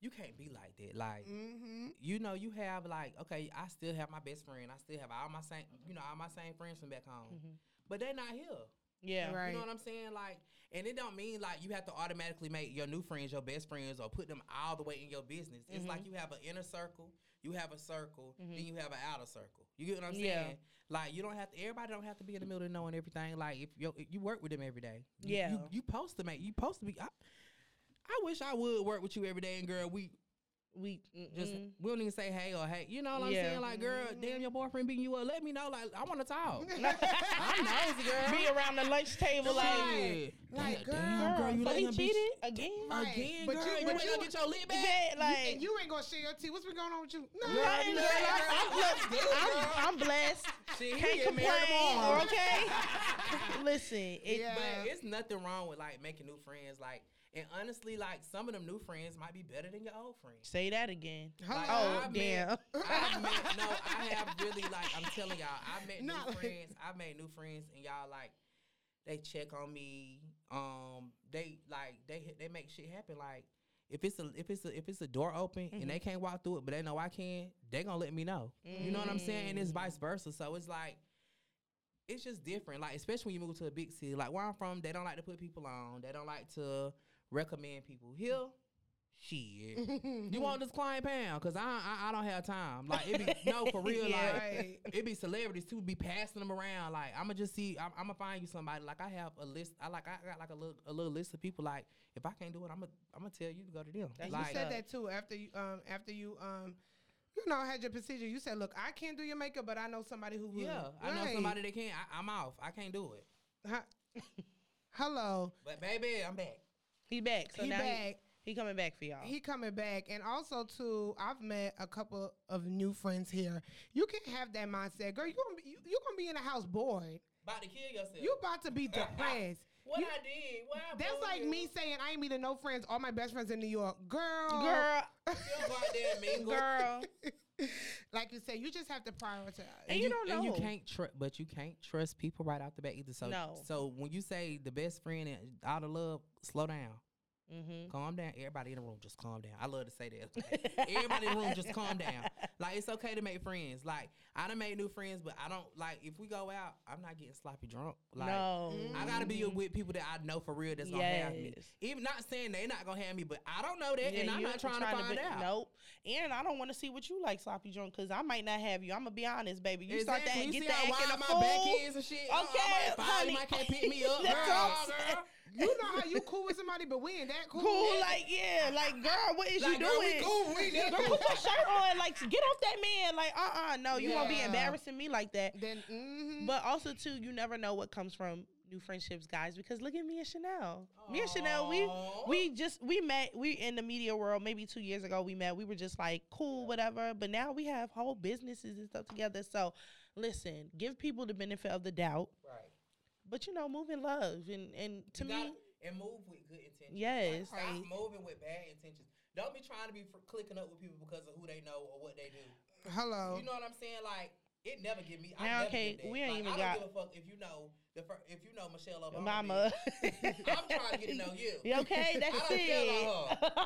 Speaker 4: you can't be like that. Like
Speaker 2: Mm-hmm.
Speaker 4: you know, you have like, okay, I still have my best friend. I still have all my same you know, all my same friends from back home.
Speaker 3: Mhm.
Speaker 4: But they're not here.
Speaker 3: Yeah.
Speaker 2: Right.
Speaker 4: You know what I'm saying? Like, and it don't mean like you have to automatically make your new friends your best friends or put them all the way in your business. It's like
Speaker 3: Mm-hmm.
Speaker 4: you have an inner circle, you have a circle, then you have an outer circle. You get what I'm saying?
Speaker 3: Yeah.
Speaker 4: Like you don't have to. Everybody don't have to be in the middle of knowing everything. Like if you you work with them every day, you-
Speaker 3: Yeah.
Speaker 4: You, you, supposed to make. You supposed to be. I, I wish I would work with you every day, and girl, we
Speaker 3: We
Speaker 4: Just
Speaker 3: mm-mm.
Speaker 4: we don't even say hey or hey. You know what I'm
Speaker 3: Mm-hmm. Yeah. Mm-hmm.
Speaker 4: saying? Like, girl, damn, your boyfriend beating you up. Let me know. Like, I want to talk.
Speaker 2: I'm
Speaker 4: nosy, girl.
Speaker 3: be around the lunch table like,
Speaker 4: Shit.
Speaker 2: Like,
Speaker 4: Like,
Speaker 2: girl,
Speaker 4: damn, girl, you
Speaker 3: so
Speaker 4: let
Speaker 3: he
Speaker 4: him beat
Speaker 3: cheated
Speaker 4: you
Speaker 3: again.
Speaker 2: Right.
Speaker 4: again,
Speaker 2: But
Speaker 4: girl.
Speaker 2: you-
Speaker 4: You,
Speaker 2: but
Speaker 4: better
Speaker 2: you-
Speaker 4: go get your lip
Speaker 3: Is
Speaker 4: back.
Speaker 3: that, like,
Speaker 2: and you ain't gonna share your tea. What's been going on with you? No,
Speaker 3: Right,
Speaker 4: Yeah,
Speaker 3: girl, I'm, look, I'm, I'm blessed.
Speaker 4: Shit, he
Speaker 3: Can't
Speaker 4: get married
Speaker 3: complain.
Speaker 4: tomorrow.
Speaker 3: Okay. Listen, it,
Speaker 2: Yeah.
Speaker 4: But it's nothing wrong with like making new friends. Like, and honestly, like some of them new friends might be better than your old friends.
Speaker 3: say that again.
Speaker 2: Huh?
Speaker 3: Oh
Speaker 4: I
Speaker 3: damn.
Speaker 4: Met, I met, no, I have really like I'm telling y'all, I met
Speaker 2: Not
Speaker 4: new
Speaker 2: like-
Speaker 4: friends. I made new friends, and y'all like they check on me. Um, they like they they make shit happen. Like if it's a if it's a if it's a door open
Speaker 3: Mhm.
Speaker 4: and they can't walk through it, but they know I can, they gonna let me know. You know what I'm saying? And it's
Speaker 3: Mm.
Speaker 4: vice versa. So it's like it's just different. Like especially when you move to a big city, like where I'm from, they don't like to put people on. They don't like to recommend people. Here, shit. You want this client pound? Cause I, I I don't have time. Like it be no for real.
Speaker 3: Yeah.
Speaker 4: Like
Speaker 2: right.
Speaker 4: it be celebrities too be passing them around. Like I'ma just see. I'm, I'ma find you somebody. Like I have a list. I like I got like a little a little list of people. Like if I can't do it, I'ma I'ma tell you to go to them.
Speaker 3: That's
Speaker 2: You
Speaker 4: like
Speaker 3: what's
Speaker 2: said
Speaker 3: up.
Speaker 2: that too after you um after you um you know had your procedure. You said, look, I can't do your makeup, but I know somebody who will.
Speaker 4: yeah, I know somebody that can. I, I'm off. I can't do it.
Speaker 2: Hello,
Speaker 4: But baby, I'm back.
Speaker 3: He back. So
Speaker 2: he
Speaker 3: now
Speaker 2: back.
Speaker 3: He, he coming back for
Speaker 4: Oh.
Speaker 3: y'all.
Speaker 2: He coming back, and also too, I've met a couple of new friends here. You can have that mindset, girl. You gonna be, you, you gonna be in the house bored.
Speaker 4: About to kill yourself.
Speaker 2: You about to be depressed.
Speaker 4: what
Speaker 2: you-
Speaker 4: I did? What I
Speaker 2: That's
Speaker 4: bought
Speaker 2: like
Speaker 4: you?
Speaker 2: me saying I ain't meeting no friends. All my best friends in New York, girl.
Speaker 3: girl,
Speaker 4: You go out there and mingle.
Speaker 3: girl.
Speaker 2: like you said, you just have to prioritize.
Speaker 3: And you don't
Speaker 4: And you
Speaker 3: know.
Speaker 4: can't trust, but you can't trust people right out the bat either. So,
Speaker 3: No.
Speaker 4: so when you say the best friend and all the love, slow down,
Speaker 3: mm-hmm.
Speaker 4: calm down. Everybody in the room, just calm down. I love to say that. Like, Everybody in the room, just calm down. Like it's okay to make friends. Like I done made new friends, but I don't like if we go out, I'm not getting sloppy drunk. Like
Speaker 3: no. Mm-hmm.
Speaker 4: I gotta be
Speaker 2: Mm-hmm.
Speaker 4: with people that I know for real that's gonna have me.
Speaker 3: Yes.
Speaker 4: Even not saying they not gonna have me, but I don't know that, and
Speaker 3: Yeah,
Speaker 4: I'm
Speaker 3: you
Speaker 4: not trying, to find
Speaker 3: be-
Speaker 4: out.
Speaker 3: Nope. And I don't want to see what you like sloppy drunk because I might not have you. I'm gonna be honest, baby. You start to
Speaker 4: Exactly. You
Speaker 3: get
Speaker 4: see
Speaker 3: the
Speaker 4: how
Speaker 3: act in a
Speaker 4: wide my back
Speaker 3: fool.
Speaker 4: is and shit.
Speaker 3: Okay,
Speaker 4: uh, I
Speaker 3: honey.
Speaker 4: might can't pick me up,
Speaker 3: That's
Speaker 4: girl.
Speaker 3: what
Speaker 4: girl.
Speaker 2: You know how you cool with somebody, but we ain't that cool.
Speaker 3: Cool, like yeah, like girl, what is
Speaker 4: Like,
Speaker 3: you
Speaker 4: girl,
Speaker 3: doing?
Speaker 4: we cool. We that
Speaker 3: Girl,
Speaker 4: cool.
Speaker 3: put your shirt on. Like, get off that man. Like, uh, uh no, you won't be
Speaker 2: Yeah.
Speaker 3: embarrassing me like that.
Speaker 2: then,
Speaker 4: Mm-hmm.
Speaker 2: mhm.
Speaker 3: But also, too, you never know what comes from new friendships, guys. Because look at me and Chanel. Me and Chanel, we
Speaker 4: Aw.
Speaker 3: we just we met. We in the media world maybe two years ago. We met. We were just like cool, whatever. But now we have whole businesses and stuff together. So, listen, give people the benefit of the doubt.
Speaker 4: Right.
Speaker 3: But you know, move in love, and and to
Speaker 4: You
Speaker 3: me,
Speaker 4: gotta- and move with good intentions.
Speaker 3: Yes.
Speaker 4: Like,
Speaker 2: Right.
Speaker 4: Stop moving with bad intentions. Don't be trying to be for clicking up with people because of who they know or what they do.
Speaker 2: hello.
Speaker 4: You know what I'm saying? Like it never give me. I
Speaker 3: Oh. Now,
Speaker 4: never
Speaker 3: okay,
Speaker 4: give that.
Speaker 3: we ain't
Speaker 4: like,
Speaker 3: even
Speaker 4: I
Speaker 3: got-
Speaker 4: don't give a fuck if you know the fir- if you know Michelle Obama.
Speaker 3: mama.
Speaker 4: bitch. I'm trying to get to know you.
Speaker 3: You okay? That's
Speaker 4: I
Speaker 3: it.
Speaker 4: done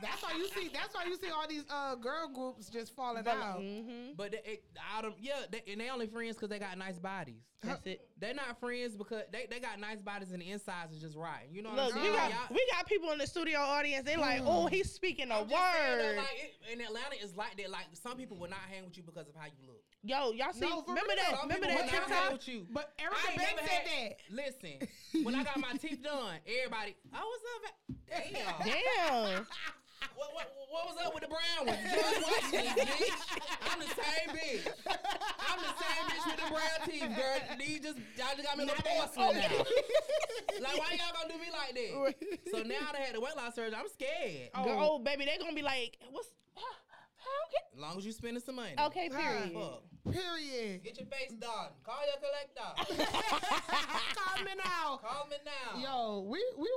Speaker 2: that's why you see. That's why you see all these uh, girl groups just falling out.
Speaker 3: hmm
Speaker 4: But they, it, I don't. Yeah, they, and they only friends because they got nice bodies.
Speaker 3: That's it.
Speaker 4: They're not friends because they, they got nice bodies and the insides is just right. You know what
Speaker 3: Look,
Speaker 4: I'm
Speaker 3: we
Speaker 4: saying?
Speaker 3: got
Speaker 4: Y'all-
Speaker 3: we got people in the studio audience. They like, oh, he's speaking a
Speaker 4: Mm. I'm just saying though,
Speaker 3: word.
Speaker 4: like, it- in Atlanta, it's like that. Like some people will not hang with you because of how you look.
Speaker 3: Yo, y'all see?
Speaker 2: No, for
Speaker 3: remember
Speaker 2: real.
Speaker 3: that?
Speaker 4: Some
Speaker 3: Remember
Speaker 4: people
Speaker 3: that
Speaker 4: will not hang
Speaker 3: TikTok?
Speaker 4: with you.
Speaker 2: But
Speaker 4: I
Speaker 2: Erica
Speaker 4: ain't
Speaker 2: Banks
Speaker 4: never
Speaker 2: said
Speaker 4: had-
Speaker 2: that.
Speaker 4: Listen, when I got my teeth done, everybody, oh, what's up? Damn.
Speaker 3: Damn.
Speaker 4: What, what, what was up with the brown one? You was watching this, bitch. I'm the same bitch. I'm the same bitch with the brown teeth, girl. You just, y'all just got me a little porcelain now. Like, why y'all gonna do me like that? So now they had the weight loss surgery. I'm scared.
Speaker 3: Girl,
Speaker 2: Oh.
Speaker 3: oh, baby, they're gonna be like, what's? how
Speaker 4: As long as you spending some money.
Speaker 3: can- Okay,
Speaker 2: Ah,
Speaker 3: period.
Speaker 4: Fuck.
Speaker 2: Period.
Speaker 4: Get your face done. Call your collector.
Speaker 2: Call me now.
Speaker 4: Call me now.
Speaker 2: Yo, we we.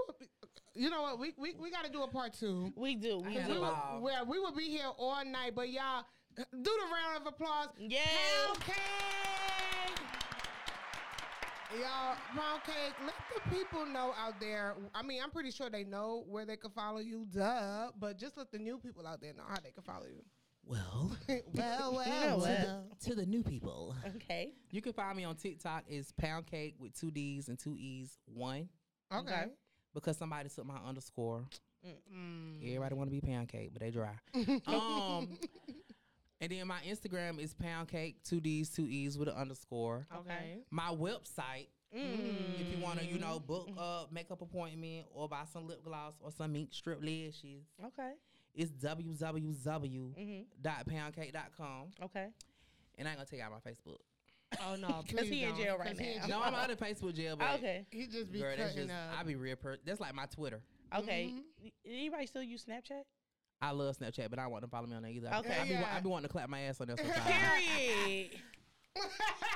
Speaker 2: You know what? We we, we got to do a part two.
Speaker 3: We do. We
Speaker 4: had
Speaker 2: We
Speaker 4: a
Speaker 3: do.
Speaker 2: will,
Speaker 4: lot. Wow.
Speaker 2: well, we will be here all night, but y'all do the round of applause.
Speaker 3: Yeah.
Speaker 2: Pound cake. Y'all, pound cake. Let the people know out there. I mean, I'm pretty sure they know where they can follow you, duh. But just let the new people out there know how they can follow you.
Speaker 4: Well,
Speaker 2: well,
Speaker 3: well, well.
Speaker 4: to the new people.
Speaker 3: Okay.
Speaker 4: You can find me on TikTok. It's pound cake with two D's and two E's. One.
Speaker 2: Okay.
Speaker 4: Because somebody took my underscore. Everybody want to be pound cake, but they dry. um, and then my Instagram is pound cake two D's two E's with an underscore.
Speaker 3: Okay.
Speaker 4: My website,
Speaker 3: Mm.
Speaker 4: if you want to, you
Speaker 2: Mm-hmm.
Speaker 4: know, book a makeup appointment or buy some lip gloss or some mink strip lashes,
Speaker 3: Okay.
Speaker 4: It's www.poundcake.com.
Speaker 3: Mm-hmm. Okay.
Speaker 4: And I ain't gonna take out my Facebook.
Speaker 6: Oh no,
Speaker 3: Because
Speaker 6: please
Speaker 3: he in
Speaker 6: don't,
Speaker 3: jail right
Speaker 6: 'cause he in
Speaker 3: now.
Speaker 6: jail.
Speaker 4: No, I'm out of Facebook jail, but
Speaker 3: okay.
Speaker 2: He just be
Speaker 4: girl, that's
Speaker 2: cutting
Speaker 4: just I
Speaker 2: up.
Speaker 4: be real person. That's like my Twitter.
Speaker 3: Okay.
Speaker 4: Mm-hmm.
Speaker 3: Y- Anybody still use Snapchat?
Speaker 4: I love Snapchat, but I want to follow me on that either.
Speaker 3: Okay.
Speaker 4: I be, wa-
Speaker 2: Yeah.
Speaker 4: I be wanting to clap my ass on there sometimes.
Speaker 3: Period.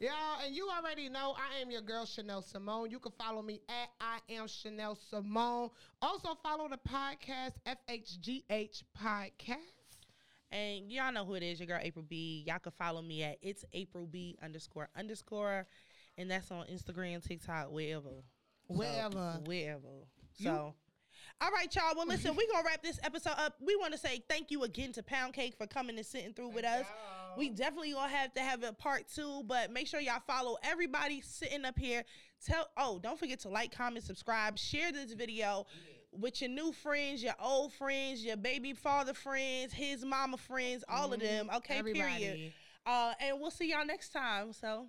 Speaker 2: Y'all, and you already know I am your girl Chanel Simone. You can follow me at I am Chanel Simone. Also follow the podcast FHGH Podcast.
Speaker 3: And y'all know who it is, your girl April B. Y'all can follow me at it's April B underscore underscore. And that's on Instagram, TikTok, wherever. So,
Speaker 2: Wherever.
Speaker 3: wherever. So all right, y'all. Well, listen, we're gonna wrap this episode up. We wanna say thank you again to Pound Cake for coming and sitting through with us. We definitely gonna have to have a part two, but make sure y'all follow everybody sitting up here. Tell oh, don't forget to like, comment, subscribe, share this video with your new friends, your old friends, your baby father friends, his mama friends, all of them. Okay, period.
Speaker 6: Everybody.
Speaker 3: Uh, and we'll see y'all next time. So